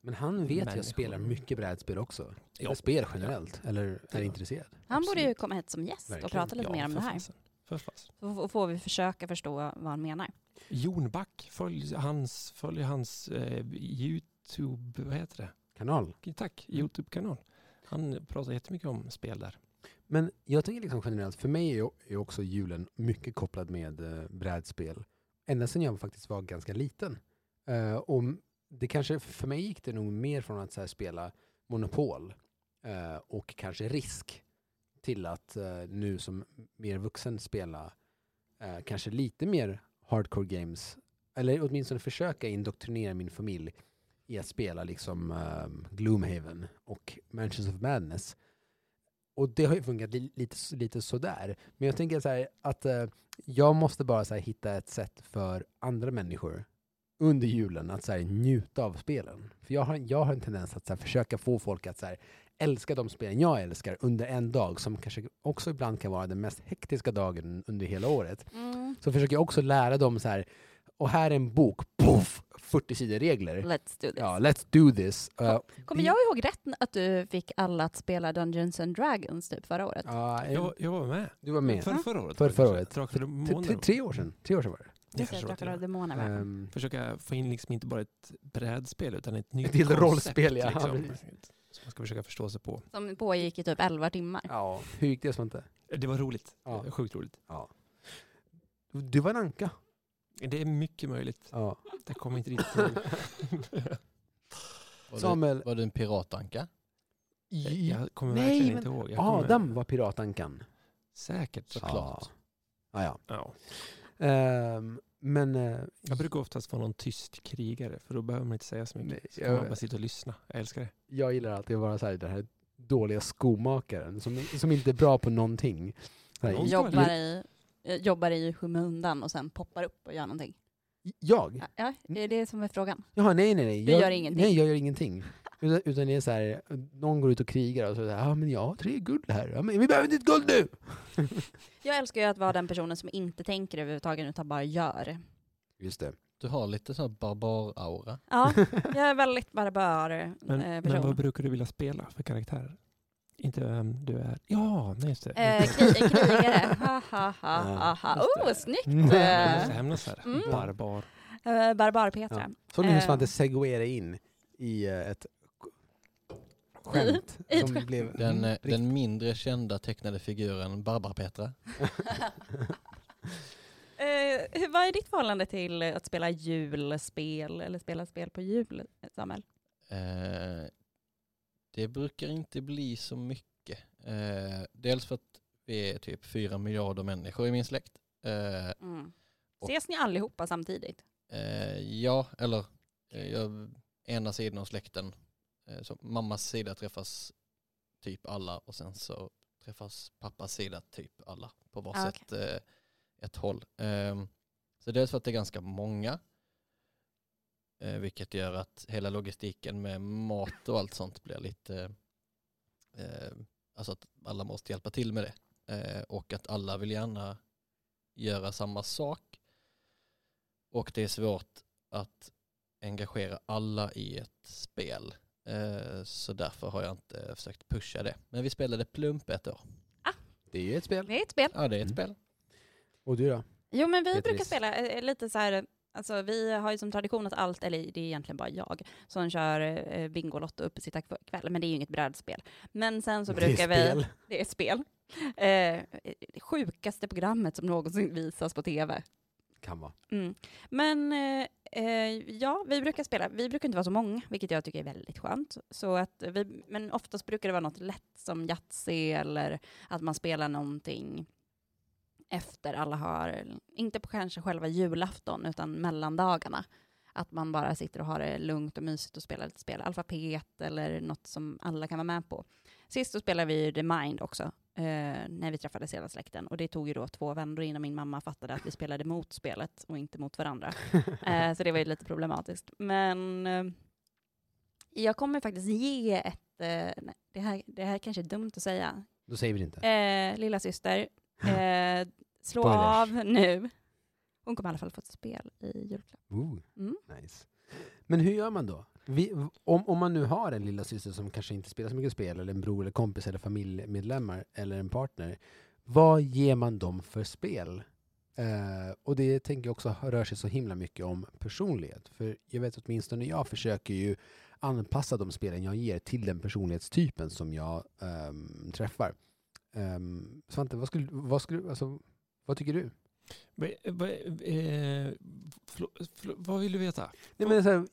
Men han vet ju
Människor.
att spelar mycket brädspel också.
Ja.
Ja. Spel generellt, eller är
Ja.
intresserad.
Han borde ju
Absolut.
komma hit som gäst och
Verkligen.
prata lite
Ja,
mer om
för
det här.
fasen. För fasen.
Så f- får vi försöka förstå vad han menar.
Jon Back, följ hans, följ hans eh, YouTube, vad heter
Kanal.
det? Tack,
Mm.
YouTube-kanal. Han pratar jättemycket om spel där.
Men jag tänker liksom generellt, för mig är ju- är också julen mycket kopplad med eh, brädspel. Ända sedan jag faktiskt var ganska liten. Eh, och det kanske, för mig gick det nog mer från att så här, spela Monopol eh, och kanske Risk till att eh, nu som mer vuxen spela eh, kanske lite mer hardcore games. Eller åtminstone försöka indoktrinera min familj i att spela liksom eh, Gloomhaven och Mansions of Madness. Och det har ju funkat li- lite, s- lite sådär. Men jag tänker så här att eh, jag måste bara så här, hitta ett sätt för andra människor under julen att så här, njuta av spelen. För jag har, jag har en tendens att så här, försöka få folk att så här, älska de spelen jag älskar under en dag som kanske också ibland kan vara den mest hektiska dagen under hela året.
Mm.
Så försöker jag också lära dem så här, och här är en bok, poff, 40 sidor regler.
Let's do this.
Ja, let's do this. Eh,
Kommer jag ihåg rätt att du fick alla att spela Dungeons and Dragons typ förra året?
ja, eh,
Jag, jag var med.
du var med.
För, förra året.
För-
var det
förra
liksom kanske.
året.
Drakar och
Tre- tre-
Demoner.
Tre år sedan, tre år sedan var det.
Det
Just det,
kanske var Eh.
Drakar och
det.
Demoner. va?
Ehm,
Försöka få in liksom inte bara ett brädspel utan ett nytt
Ett helt
koncept,
rollspel, ja.
Liksom,
Ja, precis.
som man ska försöka förstå sig på.
Som pågick i typ 11 timmar.
ja, hur gick det Svante?
Det var roligt.
Ja.
Sjukt roligt.
Du var en anka.
Det är mycket möjligt.
Ja.
Det kommer inte riktigt ihåg.
Var du,
Samuel,
var du en piratanka?
Jag kommer
Nej,
verkligen
men
inte ihåg. Jag kommer-
Adam var piratankan.
Säkert.
Såklart.
Ja, ja.
Ja.
Ehm, men eh,
Jag brukar oftast vara någon tyst krigare för då behöver man inte säga så mycket.
Nej,
så kan man
jag-
bara sitta och lyssna. Jag älskar det.
jag gillar alltid att vara så här, den här dåliga skomakaren som, som inte är bra på någonting. Så här,
Någon ska
Jobbar
väl-
i, eh, jobbar i skymundan och sen poppar upp och gör någonting.
jag?
Ja, Ja, det är det som är frågan.
Jaha, nej, nej, nej.
Du
Jag,
gör ingenting.
Nej, jag gör ingenting. Utan, utan det är så här, någon går ut och krigar och så är det så här, ah, men jag har tre guld här. Ja, men vi behöver inte ett guld nu!
Jag älskar ju att vara den personen som inte tänker överhuvudtaget utan bara gör.
Just det.
Du har lite sån här barbar-aura.
Ja, jag är väldigt barbär eh,
Men, men
person.
vad brukar du vilja spela för karaktärer? Inte vem du är. Ja, nej just det.
Eh, kri- krigare, ha ha ha ha ha.
just det.
Oh, snyggt!
Man
Eh,
måste hämnas här.
Mm.
Barbar.
eh, Barbar-Petra.
Så nu hur
Eh.
Svante seguerar in i eh, ett k- skämt
I- i ett
som
skämt.
blev...
Den, eh,
Mm, rikt-
den mindre kända tecknade figuren Barbara-Petra.
Eh, hur- vad är ditt förhållande till att spela julspel eller spela spel på jul, Samuel?
Eh, Det brukar inte bli så mycket. Eh, dels för att vi är typ fyra miljarder människor i min släkt. Eh,
Mm.
Och-
Ses ni allihopa samtidigt?
eh, ja, eller eh, jag, ena sidan av släkten. Eh, så mammas sida träffas typ alla och sen så träffas pappas sida typ alla på
Ah,
varsitt eh, ett håll. Ehm, så dels för att det är ganska många. Eh, vilket gör att hela logistiken med mat och allt sånt blir lite, eh, alltså att alla måste hjälpa till med det. Eh, och att alla vill gärna göra samma sak. Och det är svårt att engagera alla i ett spel. Eh, så därför har jag inte försökt pusha det. Men vi spelade Plump ett år.
Det är ju ett spel.
Det är ett spel.
Ja, det är ett
Mm.
spel.
Och du då?
Jo men vi
Tetris.
brukar spela eh, lite så här, alltså vi har ju som tradition att allt, eller det är egentligen bara jag, som kör eh, Bingolotto uppe sitta kväll, men det är ju inget brädspel. Men sen så brukar
det är
vi,
spel.
det är ett spel, eh, det sjukaste programmet som någonsin visas på tv.
Kan vara.
Mm. Men eh, eh, ja, vi brukar spela, vi brukar inte vara så många, vilket jag tycker är väldigt skönt. Så att vi, men oftast brukar det vara något lätt som Yatzy eller att man spelar någonting efter alla har, inte på kanske själva julafton utan mellandagarna. Att man bara sitter och har det lugnt och mysigt och spelar lite spel, alfabet eller något som alla kan vara med på. Sist så spelade vi ju The Mind också, eh, när vi träffades hela släkten. Och det tog ju då två vändor innan min mamma fattade att vi spelade mot spelet och inte mot varandra. Eh, så det var ju lite problematiskt. Men eh, jag kommer faktiskt ge ett, eh, nej, det, här, det här kanske är dumt att säga.
Då säger vi det inte.
Eh, lilla syster, eh, slå
Spoilers.
av nu. Hon kommer i alla fall få ett spel i julklapp.
Ooh,
Mm.
nice. Men hur gör man då? Vi, om, om man nu har en lilla syster som kanske inte spelar så mycket spel, eller en bror eller kompis eller familjemedlemmar eller en partner. Vad ger man dem för spel? Eh, och det tänker jag också rör sig så himla mycket om personlighet. För jag vet åtminstone jag försöker ju anpassa de spelen jag ger till den personlighetstypen som jag ehm, träffar. Um, Svante, vad, skulle, vad, skulle, alltså, vad tycker du?
Vad- vad- eh, förlåt- förlåt, Vad vill du veta?
Nej, men så här,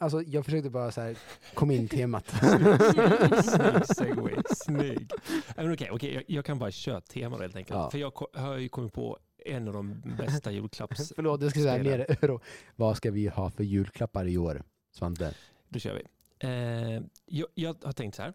alltså, jag försökte bara så här, kom in-temat.
Snygg segway, snygg. Ja, men Okej, okej, jag, jag kan bara köra teman helt enkelt.
Ja.
För jag ko- har ju kommit på en av de bästa julklapps...
Förlåt, jag ska säga
Spela.
mer euro. Vad ska vi ha för julklappar i år, Svante?
Då kör vi. Eh, jag, jag har tänkt så här.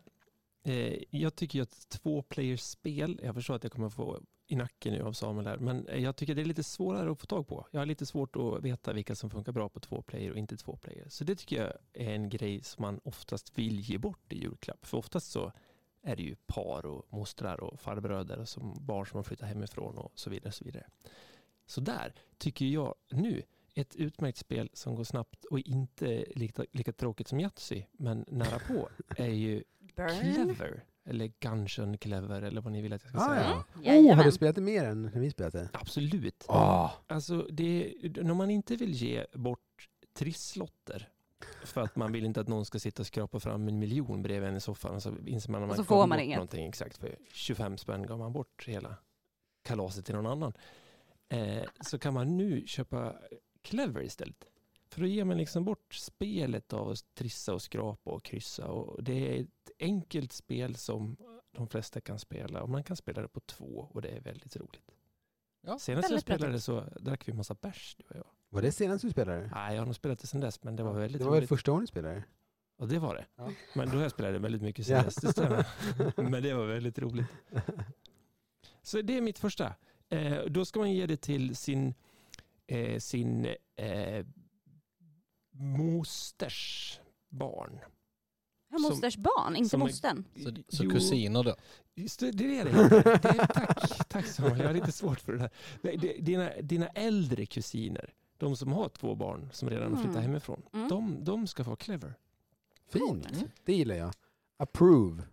Eh, jag tycker ju att två players spel, jag förstår att jag kommer få i nacken nu av Samuel här, men eh, jag tycker det är lite svårare att få tag på. Jag har lite svårt att veta vilka som funkar bra på två player och inte två player. Så det tycker jag är en grej som man oftast vill ge bort i julklapp. För oftast så är det ju par och mostrar och farbröder och som barn som har flyttat hemifrån och så vidare. Så vidare. Så där tycker jag nu ett utmärkt spel som går snabbt och inte lika, lika tråkigt som Yatzy, men nära på, är ju
Mm.
Clever. Eller Gungeon Clever, eller vad ni vill att jag ska
Ah,
säga.
ja. Oh, har
Jajamän.
du spelat det mer än när vi spelat det?
Absolut.
Ah,
Alltså, det, när man inte vill ge bort trisslotter för att man vill inte att någon ska sitta och skrapa fram en miljon bredvid en i soffan så inser man att man
så
gav
får man
bort
inget.
någonting exakt för 25 spänn gav man bort hela kalaset till någon annan. Eh, så kan man nu köpa Clever istället. För då ger man liksom bort spelet av att trissa och skrapa och kryssa. Och det är ett enkelt spel som de flesta kan spela och man kan spela det på två och det är väldigt roligt.
Ja,
Senast jag
väldigt bra
spelade så drack vi en massa bärs du och jag.
var det senast du spelade?
Nej, jag har nog spelat det sen dess, men det var väldigt
det var väl
roligt.
första gången du spelade?
Och det var det.
Ja.
Men då har jag spelat väldigt mycket sen
Ja.
dess, det stämmer. Men det var väldigt roligt. Så det är mitt första. Eh, då ska man ge det till sin, eh, sin eh, mosters barn.
Ja, Mosters barn, inte
som är-
mostern.
Så, så
Jo,
kusiner då.
just Det det är det. det är, tack, tack Samuel. Jag har lite svårt för det där. Det- det- Dina, dina äldre kusiner, de som har två barn som redan har flyttat
Mm.
hemifrån,
Mm.
de, de ska få clever.
Fint, det gillar jag. Approve.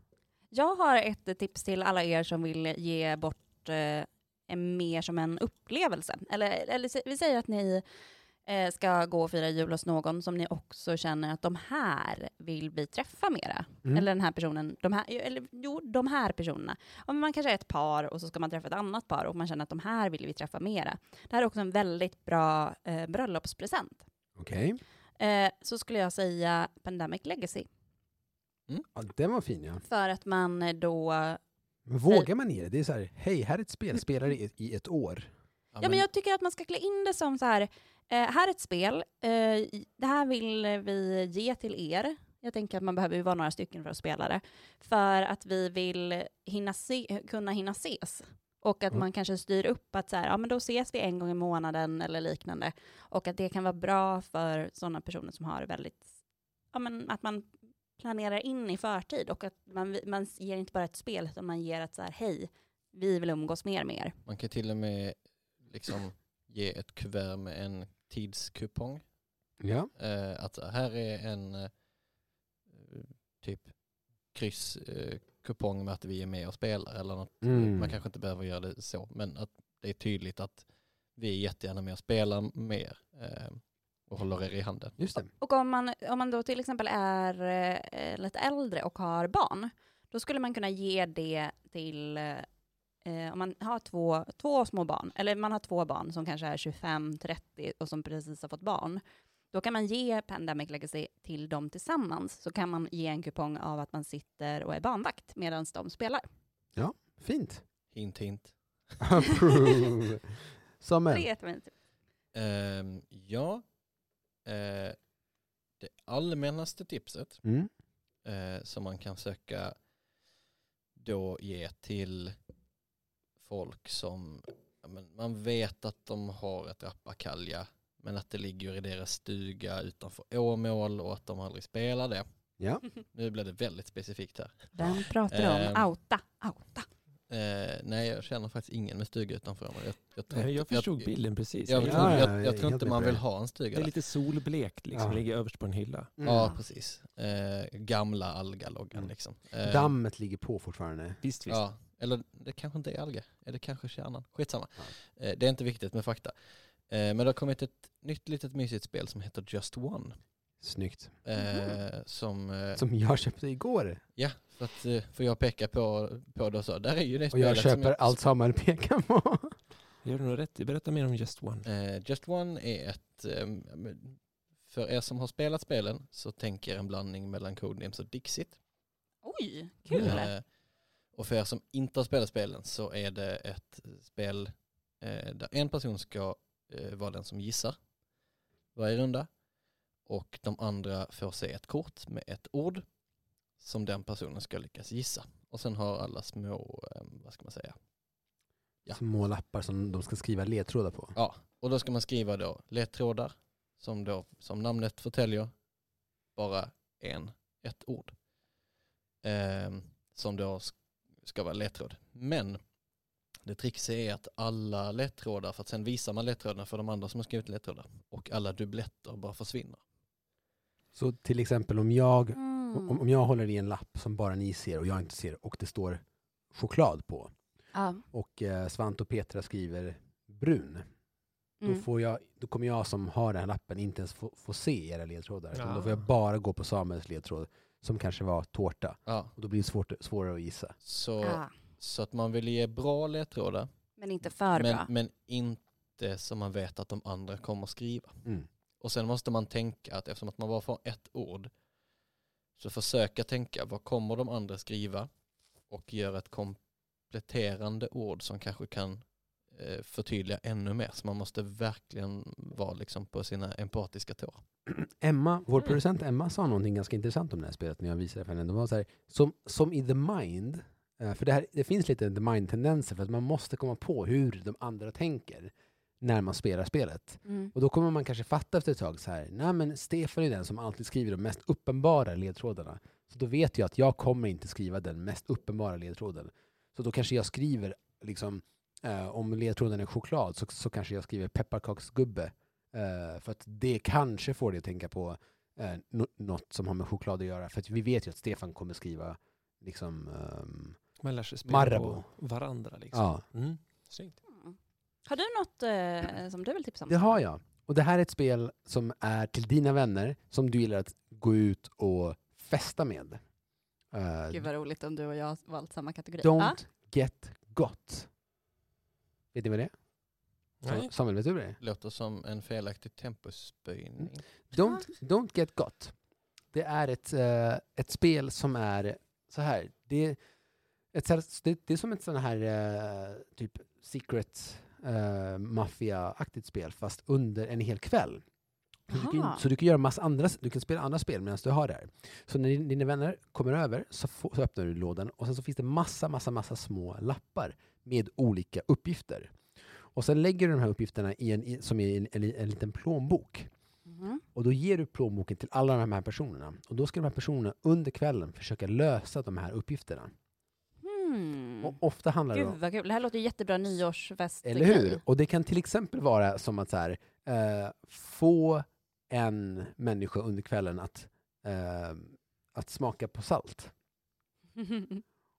Jag har ett tips till alla er som vill ge bort eh, en- mer som en upplevelse. Eller, eller sä- vi säger att ni eh, ska gå och fira jul hos någon som ni också känner att de här vill vi träffa mera.
Mm.
Eller den här personen, de här, eller jo, de här personerna. Om man kanske är ett par och så ska man träffa ett annat par och man känner att de här vill vi träffa mera. Det här är också en väldigt bra eh, bröllopspresent.
Okej.
Eh, så skulle jag säga Pandemic Legacy.
Ja, den var fin ja.
För att man då... Ja,
Men vågar man i det? Det är så här, hej, här är ett spel, spela det i- i ett år.
Ja,
men jag tycker att man ska klä in det som så här, eh, här är ett spel, eh, i- det här vill vi ge till er. Jag tänker att man behöver ju vara några stycken för att spela det. För att vi vill hinna se, kunna hinna ses. Och att
Mm.
man kanske styr upp att så här, ja men då ses vi en gång i månaden eller liknande. Och att det kan vara bra för sådana personer som har väldigt, ja men att man planerar in i förtid och att man, man ger inte bara ett spel utan man ger att så här, hej, vi vill umgås mer med er.
Man kan till och med liksom ge ett kuvert med en tidskupong.
Ja.
Eh, att så här är en eh, typ krysskupong eh, kupong med att vi är med och spelar eller något.
Mm.
Man kanske inte behöver göra det så, men att det är tydligt att vi är jättegärna med och spelar mer eh, och håller er i handen.
Just det.
Och om man, om man då till exempel är eh, lite äldre och har barn, då skulle man kunna ge det till, eh, om man har två, två små barn, eller man har två barn som kanske är 25-30 och som precis har fått barn, då kan man ge Pandemic Legacy till dem tillsammans, så kan man ge en kupong av att man sitter och är barnvakt medan de spelar.
Fint.
Hint hint.
Approve.
Det är
Samuel.
jättefint.
Ehm, ja, eh, det allmännaste tipset
Mm.
eh, som man kan söka då ge till folk som ja, men man vet att de har ett rappakalja men att det ligger i deras stuga utanför Åmål och att de aldrig spelar det.
Ja.
Nu blev det väldigt specifikt här.
Vem pratar du om?
Ehm.
Outa, outa.
Eh, nej, jag känner faktiskt ingen med stuga utanför Åmål. Jag, jag, tror
Nej,
inte-
jag förstod
jag,
bilden precis.
Jag, jag,
Ja,
jag,
ja,
jag,
jag är
tror
helt
inte man
med på
vill
det.
ha en stuga
det är
där.
lite solblekt, liksom,
Ja.
ligger överst på en hylla.
Mm.
Ja, precis. Eh, gamla algaloggan
Mm.
liksom. Eh,
Dammet ligger på fortfarande.
Visst, visst.
Ja, eller det kanske inte är alger, eller kanske kärnan. Skitsamma. Eh, Det är inte viktigt med fakta. Eh, Men det har kommit ett nytt litet mysigt spel som heter Just One.
Snyggt.
Eh, Som, eh,
Som jag köpte igår.
ja, för att eh, får jag peka på, på det och så, där är ju det
Och jag
spelet som
köper allt Samuel pekar på.
Det Gör du nog rätt i. Berätta mer om Just One.
Eh, Just One är ett, eh, för er som har spelat spelen så tänker jag en blandning mellan Codenames och Dixit.
Oj, kul.
Ja.
Eh, och för er som inte har spelat spelen så är det ett spel eh, där en person ska eh, vara den som gissar varje runda och de andra får se ett kort med ett ord som den personen ska lyckas gissa. Och sen har alla små, eh, vad ska man säga, Ja.
Små lappar som de ska skriva ledtrådar på.
Ja, och då ska man skriva då ledtrådar som då, som namnet förtäljer, bara en, ett ord. Ehm, som då s- ska vara ledtråd. Men det trixiga är att alla ledtrådar, för att sen visar man ledtrådarna för de andra som har skrivit ledtrådar, och alla dubbletter bara försvinner.
Så till exempel om jag,
Mm.
om, om jag håller i en lapp som bara ni ser och jag inte ser och det står choklad på
Ja,
och eh, Svante och Petra skriver brun, då,
mm.
får jag, då kommer jag som har den här lappen inte ens få, få se era ledtrådar. utan Då får jag
Ah.
bara gå på Samuels ledtråd som kanske var tårta.
Ja,
Och då blir det svårt, svårare att gissa.
så,
Ja,
så att man vill ge bra ledtrådar,
men inte för bra.
men, men inte som man vet att de andra kommer skriva.
Mm.
Och sen måste man tänka att eftersom att man bara får ett ord så försöka tänka vad kommer de andra skriva och göra ett kompletterande ord som kanske kan eh, förtydliga ännu mer. Så man måste verkligen vara liksom på sina empatiska tår.
Emma, vår
Mm.
producent Emma sa någonting ganska intressant om det här spelet när jag visade det för henne. Det var så här, som, som i The Mind, eh, för det, här, det finns lite The Mind-tendenser för att man måste komma på hur de andra tänker när man spelar spelet.
Mm.
Och då kommer man kanske fatta efter ett tag så här, nej men Stefan är den som alltid skriver de mest uppenbara ledtrådarna. Så då vet jag att jag kommer inte skriva den mest uppenbara ledtråden. Så då kanske jag skriver, liksom, eh, om ledtråden är choklad så, så kanske jag skriver pepparkaksgubbe. Eh, för att det kanske får dig att tänka på eh, nå- något som har med choklad att göra. För att vi vet ju att Stefan kommer skriva liksom, ehm,
Man lär sig spela
Marabou.
på varandra. Liksom.
ja,
Mm. Snyggt.
Mm. Har du något eh, som du vill tipsa om?
Det har jag. Och det här är ett spel som är till dina vänner som du gillar att gå ut och festa med. Eh,
Gud vad roligt om du och jag har valt samma kategori.
don't
Ja.
get got. Vet ni vad det är?
Nej.
Sam- Samuel, vet du vad det är? Mm.
Låter som en felaktig tempospöjning.
Don't, don't get got. Det är ett, eh, ett spel som är så här. Det är, ett, sällsy- det, det är som ett sån här eh, typ secret eh, maffia-aktigt spel fast under en hel kväll. Så du, kan,
Aha.
så du kan göra massa andra, du kan spela andra spel medan du har det här. Så när din- dina vänner kommer över så, få, så öppnar du lådan och sen så finns det massa, massa, massa små lappar med olika uppgifter. Och sen lägger du de här uppgifterna i en, i, som i en, en, en liten plånbok.
Mhm.
Och då ger du plånboken till alla de här personerna. Och då ska de här personerna under kvällen försöka lösa de här uppgifterna.
Hmm.
Och ofta handlar det
Gud
om...
vad kul, det här låter ju jättebra nyårsfest.
Eller hur? Och det kan till exempel vara som att så här, eh, få en människa under kvällen att, eh, att smaka på salt.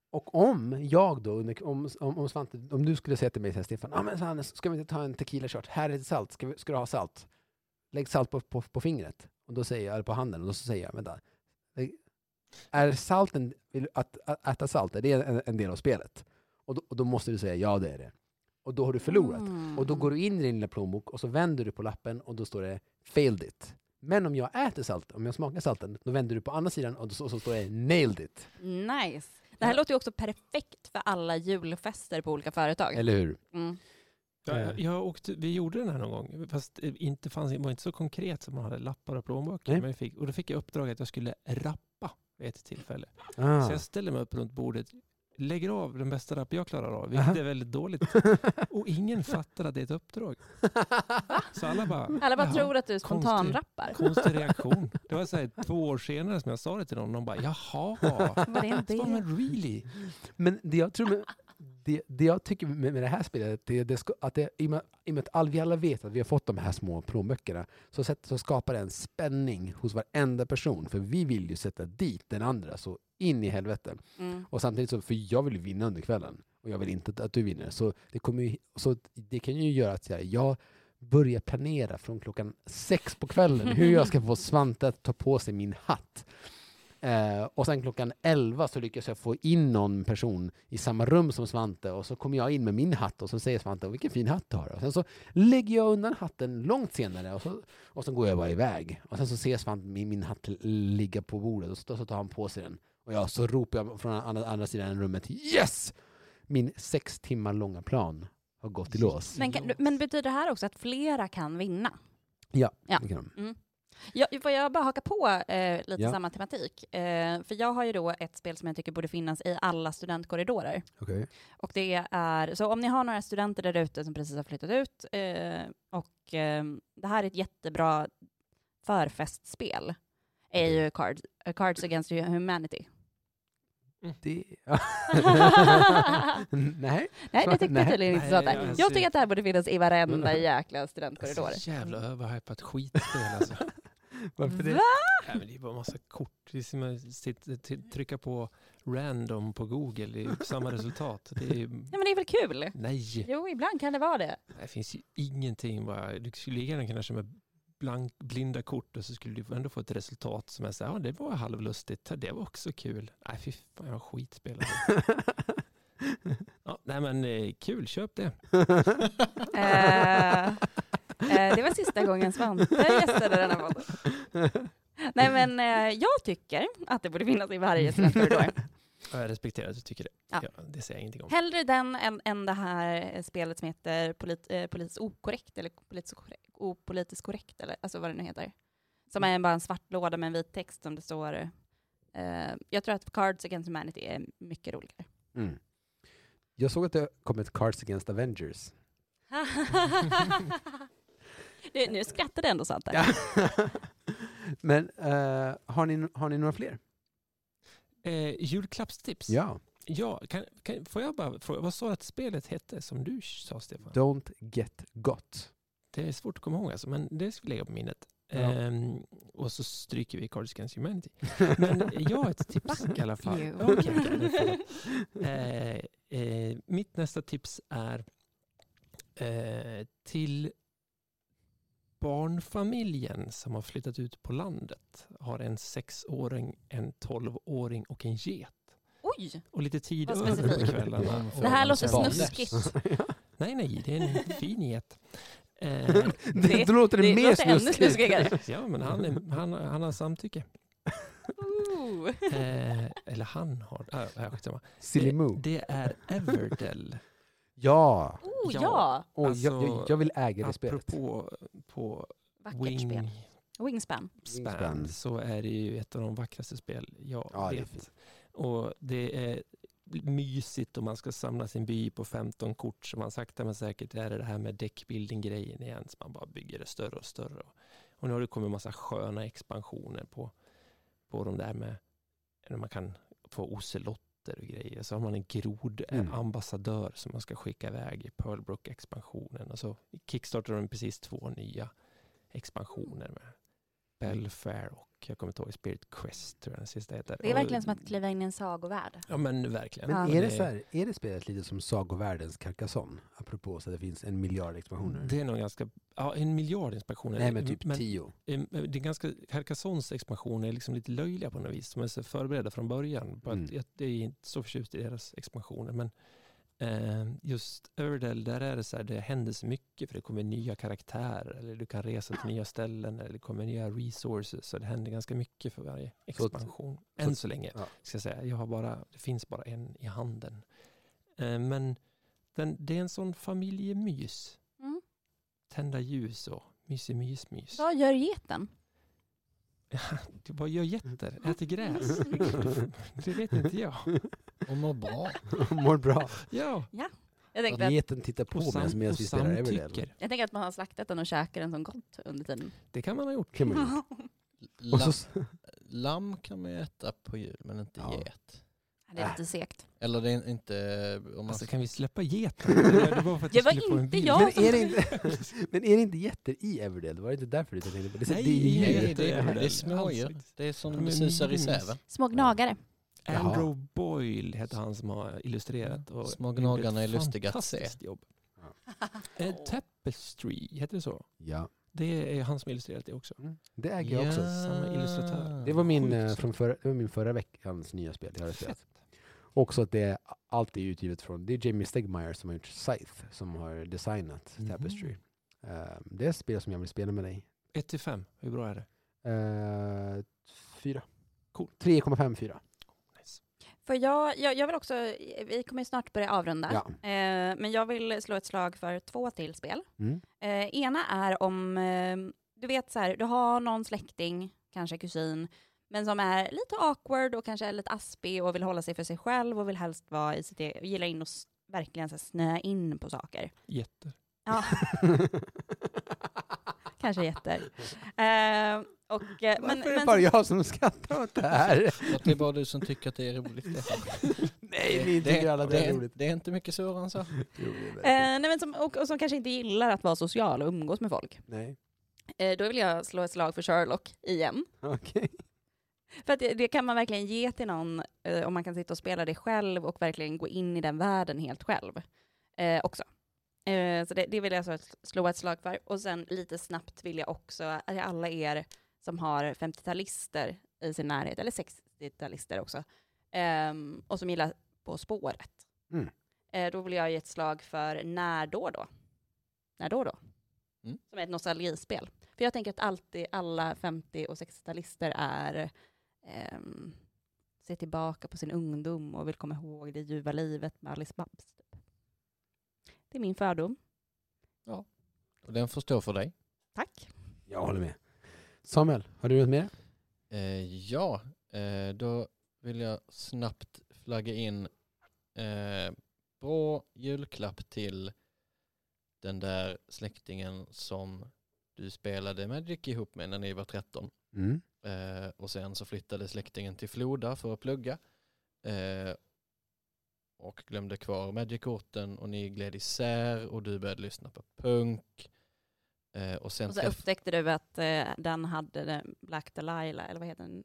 Och om jag då, under, om, om, om, Svante, om du skulle säga till mig så här, Stefan, ah, men Hannes, ska vi inte ta en tequila shot? Här är det salt, ska, vi, ska du ha salt? Lägg salt på, på, på fingret, och då säger jag, eller på handen, och då så säger jag, vänta. lägg- Är salt en, vill du att, att äta salt, är det en, en del av spelet? Och då, och då måste du säga ja, det är det. Och då har du förlorat.
Mm.
Och då går du in i din lilla plånbok och så vänder du på lappen och då står det failed it. Men om jag äter salt, om jag smakar salten, då vänder du på andra sidan och så, så står det nailed it.
Nice. Det här låter ju också perfekt för alla julfester på olika företag.
Eller hur?
Mm.
Ja,
Eh.
jag- jag åkte, vi gjorde den här någon gång, fast eh, inte fanns, det var inte så konkret som man hade lappar och plånböcker.
Nej.
Men vi fick, och då fick jag uppdraget att jag skulle rappa vid ett tillfälle. Så
Ah.
jag ställer mig upp runt bordet, lägger av den bästa rapp jag klarar av,
Aha.
vilket är väldigt dåligt. Och ingen fattar att det är ett uppdrag. Så alla bara,
Alla bara
"Jaha."
tror att du spontanrappar.
Konstig reaktion. Det var så här, två år senare som jag sa det till någon. De bara, jaha.
Var det en
Så,
del?
men really?
Men det jag, tror med, det, det jag tycker med, med det här spelet, det, det ska, att det, i och med i och med att all, vi alla vet att vi har fått de här små plånböckerna, så, sätt, så skapar det en spänning hos varenda person. För vi vill ju sätta dit den andra så in i helvete.
Mm.
Och samtidigt så, för jag vill ju vinna under kvällen och jag vill inte att- att du vinner. Så det, kommer ju, så det kan ju göra att så här, jag börjar planera från klockan sex på kvällen hur jag ska få Svante att ta på sig min hatt. Eh, och sen klockan elva så lyckas jag få in någon person i samma rum som Svante och så kommer jag in med min hatt och så säger Svante "Åh, vilken fin hatt du har. Och sen så lägger jag undan hatten långt senare och så, och så går jag bara iväg. Och sen så ser Svante min, min hatt ligga på bordet och så, så tar han på sig den. Och jag, så ropar jag från andra, andra sidan rummet Yes! Min sex timmar långa plan har gått i lås.
Men, kan, men betyder det här också att flera kan vinna? Ja.
Det kan de.
Jag, får jag bara haka på eh, lite
Ja.
samma tematik? Eh, för jag har ju då ett spel som jag tycker borde finnas i alla studentkorridorer. Och det är, så om ni har några studenter där ute som precis har flyttat ut eh, och eh, det här är ett jättebra förfestspel. är ju Cards, eh, Cards Against Humanity.
Det... Nej.
Nej, det
Så-
tyckte
nej.
jag tydligen inte
Nej,
så att det är.
jag
Jag
ser-
tycker att det här borde finnas i varenda
Mm.
jäkla studentkorridor.
Så jävla
Mm.
överhypat skitspel alltså.
Varför det?
Va?
Nej, men det är bara massa kort. Det är som att sitta- t- trycka på random på Google. Det är samma resultat. Det är,
Nej, men det är väl kul?
nej,
Jo, ibland kan det vara det.
det finns ju ingenting. Bara, du skulle lika gärna kunna köra med blank, blinda kort och så skulle du ändå få ett resultat som är så här, ja det var halvlustigt, det var också kul. Nej fy fan, jag skitspelar. Ja, nej men eh, kul, köp det.
Eh, eh, det var sista gången Svante gästade den här podden. Nej, men eh, jag tycker att det borde finnas i varje studentkorridor.
Ja, jag respekterar att du tycker det.
Ja.
Ja, det säger jag ingenting om.
Hellre den än, än det här eh, spelet som heter polit, eh, politiskt okorrekt eller politiskt korrekt, opolitiskt korrekt eller alltså vad det nu heter. Som är bara en svart låda med en vit text som det står. Eh, jag tror att Cards Against Humanity är mycket roligare.
Mm. Jag såg att det kom ett Cards Against Avengers.
nu, nu skrattade ändå Svante.
Ja. Men eh, har, ni, har ni några fler?
Eh, julklappstips.
Ja.
Ja, kan, kan, får jag bara fråga, vad sa du att spelet hette som du sa Stefan?
Don't get got.
Det är svårt att komma ihåg alltså, men det ska vi lägga på minnet.
Ja.
Ehm, och så stryker vi Cards Against Humanity. Men jag har ett tips i alla fall.
you.
Ja, okej, okej, det får jag. eh, eh, mitt nästa tips är eh, till barnfamiljen som har flyttat ut på landet. Har en sexåring, en tolvåring och en get.
Oj!
Och lite tid
Vad
över på
specifikt.
kvällarna.
Det här låter
Barn.
snuskigt.
Nej, nej, det är en fin get. Eh,
det, då låter det, mer
låter ännu
snuskigt.
snuskigare.
Ja, men han, är, han, han har samtycke.
Woo!
Eh, eller han har... Ah, ja, skitsamma.
Silimu.
Det är Everdell.
Ja!
Oh,
Ja.
ja.
Oj,
Alltså,
jag, jag, jag vill äga det spelet.
Apropå på
Vackert spel.
Wingspan
Wingspan.
Wingspan.
så är det ju ett av de vackraste spel jag
Ja, det är
vet.
fint.
Och det är mysigt och man ska samla sin by på 15 kort så man sakta men säkert är det det här med deckbuilding-grejen igen så man bara bygger det större och större. Och nu har det kommit massa sköna expansioner på, på de där med när man kan få ocelotter och grejer. Så har man en
Mm.
grodambassadör som man ska skicka iväg i Pearlbrook-expansionen och så kickstartar de precis två nya expansioner med Belfair och jag kommer inte ihåg Spirit Quest tror jag den sista heter.
Det är verkligen
Och-
som att kliva in i en sagovärld.
Ja men verkligen.
Men
Ja.
är, det så här, är det spelet lite som Sagovärldens Carcassonne? Apropå så att det finns en miljard expansioner.
Det är nog ganska, ja en miljard expansioner.
Nej men typ
men,
tio.
eh, det är ganska, Carcassons expansioner är liksom lite löjliga på något vis. De är så förberedda från början. På
Mm.
att, jag, det är inte så förtjust i deras expansioner. Men eh, just Överdell, där är det så här, det händer så mycket för det kommer nya karaktärer. Eller du kan resa till nya ställen eller det kommer nya resources. Så det händer ganska mycket för varje
Så att-
expansion. Än så länge.
Ja.
ska jag säga. Jag har bara, det finns bara en i handen. Eh, men den, det är en sån familjemys.
Mm.
Tända ljus och mysig mys mys.
Vad gör geten?
Du Typ bara gör getter,
Mm.
äter gräs. det vet inte jag.
Och mår bra.
Mår bra.
Ja,
Jag
Att
tänker att,
Geten tittar på
och,
medan
sam-
medan
och
vi spelar Everdell.
samtycker.
jag tänker att man har slaktat den och käkat den som gott under tiden.
Det kan man ha gjort.
Kan man ju.
La,
Och så,
Lamm kan man ju äta på jul men inte
Ja.
get.
Det
Äh.
är lite segt.
Eller det är inte... Om man
Alltså kan vi släppa geten? Det var, för att
Det
jag
var
skulle få en
inte
bild.
jag.
men, är det inte, men är det inte jätter i Everdell? Var det inte därför du tänkte på det?
Nej,
det är ju
nej,
djur.
Nej, det är, det är
Everdell.
smådjur.
Alltså,
Det är som
de är
det susar i
minimis.
säven.
Små gnagare.
Jaha.
Andrew Boyle heter han som har illustrerat. Och
Små
gjorde ett
gnagarna är lustiga att
fantastiskt Jobb. Eh, Tapestry, heter det så?
Ja,
Det är han som illustrerat det också.
Mm. det äger jag också.
Samma illustratör.
Det var min,
Sjukt.
eh, från förra, det var min förra veckans nya spel jag hade spelat. Också att det är, allt är utgivet från, det är Jamie Stegmaier som har gjort Scythe, som har designat
Mhm.
Mm. Tapestry. Eh, det är ett spel som jag vill spela med dig.
1 till 5, hur bra är det?
Uh, fyra.
Cool.
3,54.
Nice.
För jag, jag, jag vill också, vi kommer ju snart börja avrunda,
Ja.
eh, men jag vill slå ett slag för två till spel.
Mm.
Eh, ena är om, eh, du vet så här, du har någon släkting, kanske kusin, men som är lite awkward och kanske är lite aspig och vill hålla sig för sig själv och vill helst vara i sitt eget, gillar in och s- verkligen så här, snöa in på saker.
Jätte.
Ja, kanske jätter. Eh, och, eh, men,
Varför är det
men,
bara jag som skrattar åt det här?
För att det är bara du som tycker att det är roligt.
Nej, ni tycker alla det är roligt.
Det är inte mycket svårare än så.
Jo, det är väldigt roligt.
eh, nej, men som, och, och som kanske inte gillar att vara social och umgås med folk.
Nej,
Eh, då vill jag slå ett slag för Sherlock igen.
okej.
För att det, det kan man verkligen ge till någon eh, om man kan sitta och spela det själv och verkligen gå in i den världen helt själv eh, också. Eh, så det, det vill jag så att slå ett slag för. Och sen lite snabbt vill jag också att alla er som har 50-talister i sin närhet, eller 60-talister också, ehm, och som gillar På spåret.
Mm.
Eh, då vill jag ge ett slag för När då då? När då då?
Mm.
Som är ett nostalgispel. För jag tänker att alltid alla 50 och 60-talister är ehm, ser tillbaka på sin ungdom och vill komma ihåg det ljuva livet med Alice Babs. typ. Det är min fördom.
Och den får stå för dig.
Tack.
Jag håller med. Samuel, har du något mer?
Eh, ja, eh, då vill jag snabbt flagga in eh, bra julklapp till den där släktingen som du spelade Magic ihop med när ni var 13.
Mm.
Eh, och sen så flyttade släktingen till Floda för att plugga. Eh, och glömde kvar Magic-korten och ni gled isär och du började lyssna på punk. Eh, och sen
Och så
träff-
upptäckte du att eh, den hade den Black Delilah, eller vad heter den?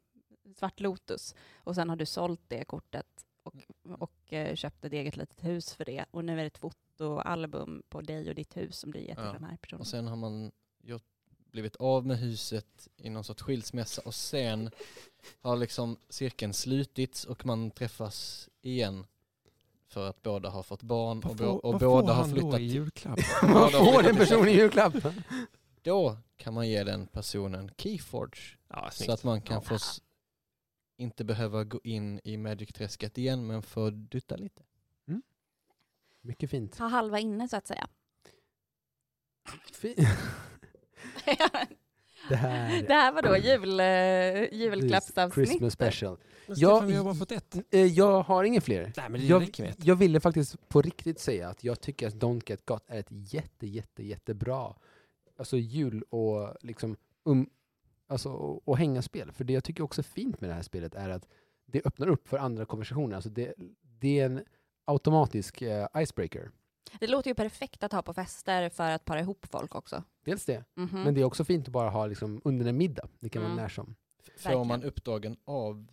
Svart Lotus. Och sen har du sålt det kortet och, och eh, köpt ett eget litet hus för det. Och nu är det ett fotoalbum på dig och ditt hus som du gett till
Ja.
den här personen.
Och sen har man gjort, blivit av med huset i någon sorts skilsmässa och sen har liksom cirkeln slutits och man träffas igen för att båda har fått barn och,
Vad
bo-
får,
och
vad får
båda har
han då
flyttat.
i julklapp?
Vad får en person i julklapp?
Då kan man ge den personen Keyforge
ja,
så att man kan få s- inte behöva gå in i Magic-träsket igen men får dutta lite.
Mycket fint.
Ha halva inne så att säga.
Fi- det här
det här var då jul, eh, julklappsavsnitt.
Christmas special.
Men
Ja,
Stefan, vi har
i-
bara fått ett.
Eh, Jag har ingen fler.
Nej, men det
Jag,
räcker med ett.
jag ville faktiskt på riktigt säga att jag tycker att Don't Get Got är ett jätte, jätte, jättebra alltså jul och liksom um, alltså, och, och hänga spel. För det jag tycker också är fint med det här spelet är att det öppnar upp för andra konversationer. Alltså det, det är en automatisk eh, icebreaker.
Det låter ju perfekt att ha på fester för att para ihop folk också.
Dels det,
Mhm.
men det är också fint att bara ha liksom, under en middag. Det kan
Mm.
vara när som.
Får
Verkligen.
man uppdragen av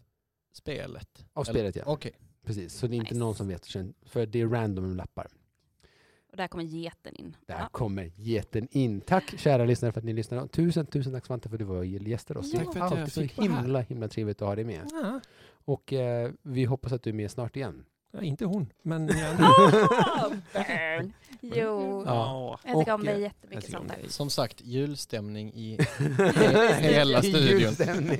spelet?
Av
Eller-
spelet ja.
Okej,
Precis, så det är inte
Nice.
någon som vet. För det är random lappar.
Och där kommer geten in.
Där
Ja.
kommer geten in. Tack kära lyssnare för att ni lyssnade. Och Tusen, tusen tack Svante för att du var gäster oss.
Ja.
Tack för att jag
Alltid
fick
så
vara här.
himla, himla trevligt att ha dig med.
Ja,
Och eh, vi hoppas att du är med snart igen.
ja, inte hon, men ni andra.
Ah! Burn. Jo,
Ja.
jag tycker om
Och,
dig
eh,
jag
jättemycket
tycker om
Svante.
dig.
som sagt julstämning
I
i hela studion.
julstämning.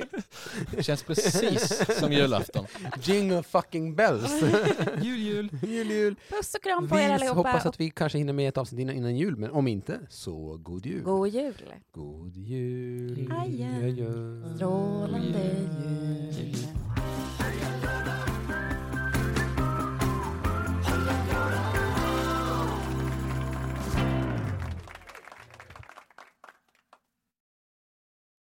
Känns precis som julafton.
Jingle fucking bells.
Jul, jul.
jul, jul.
Puss och kram på er
Vi
allihopa.
hoppas att vi kanske hinner med ett avsnitt innan, innan jul, men om inte, så god jul.
God jul.
God jul.
Adjö.
Adjö.
Strålande jul.
jul.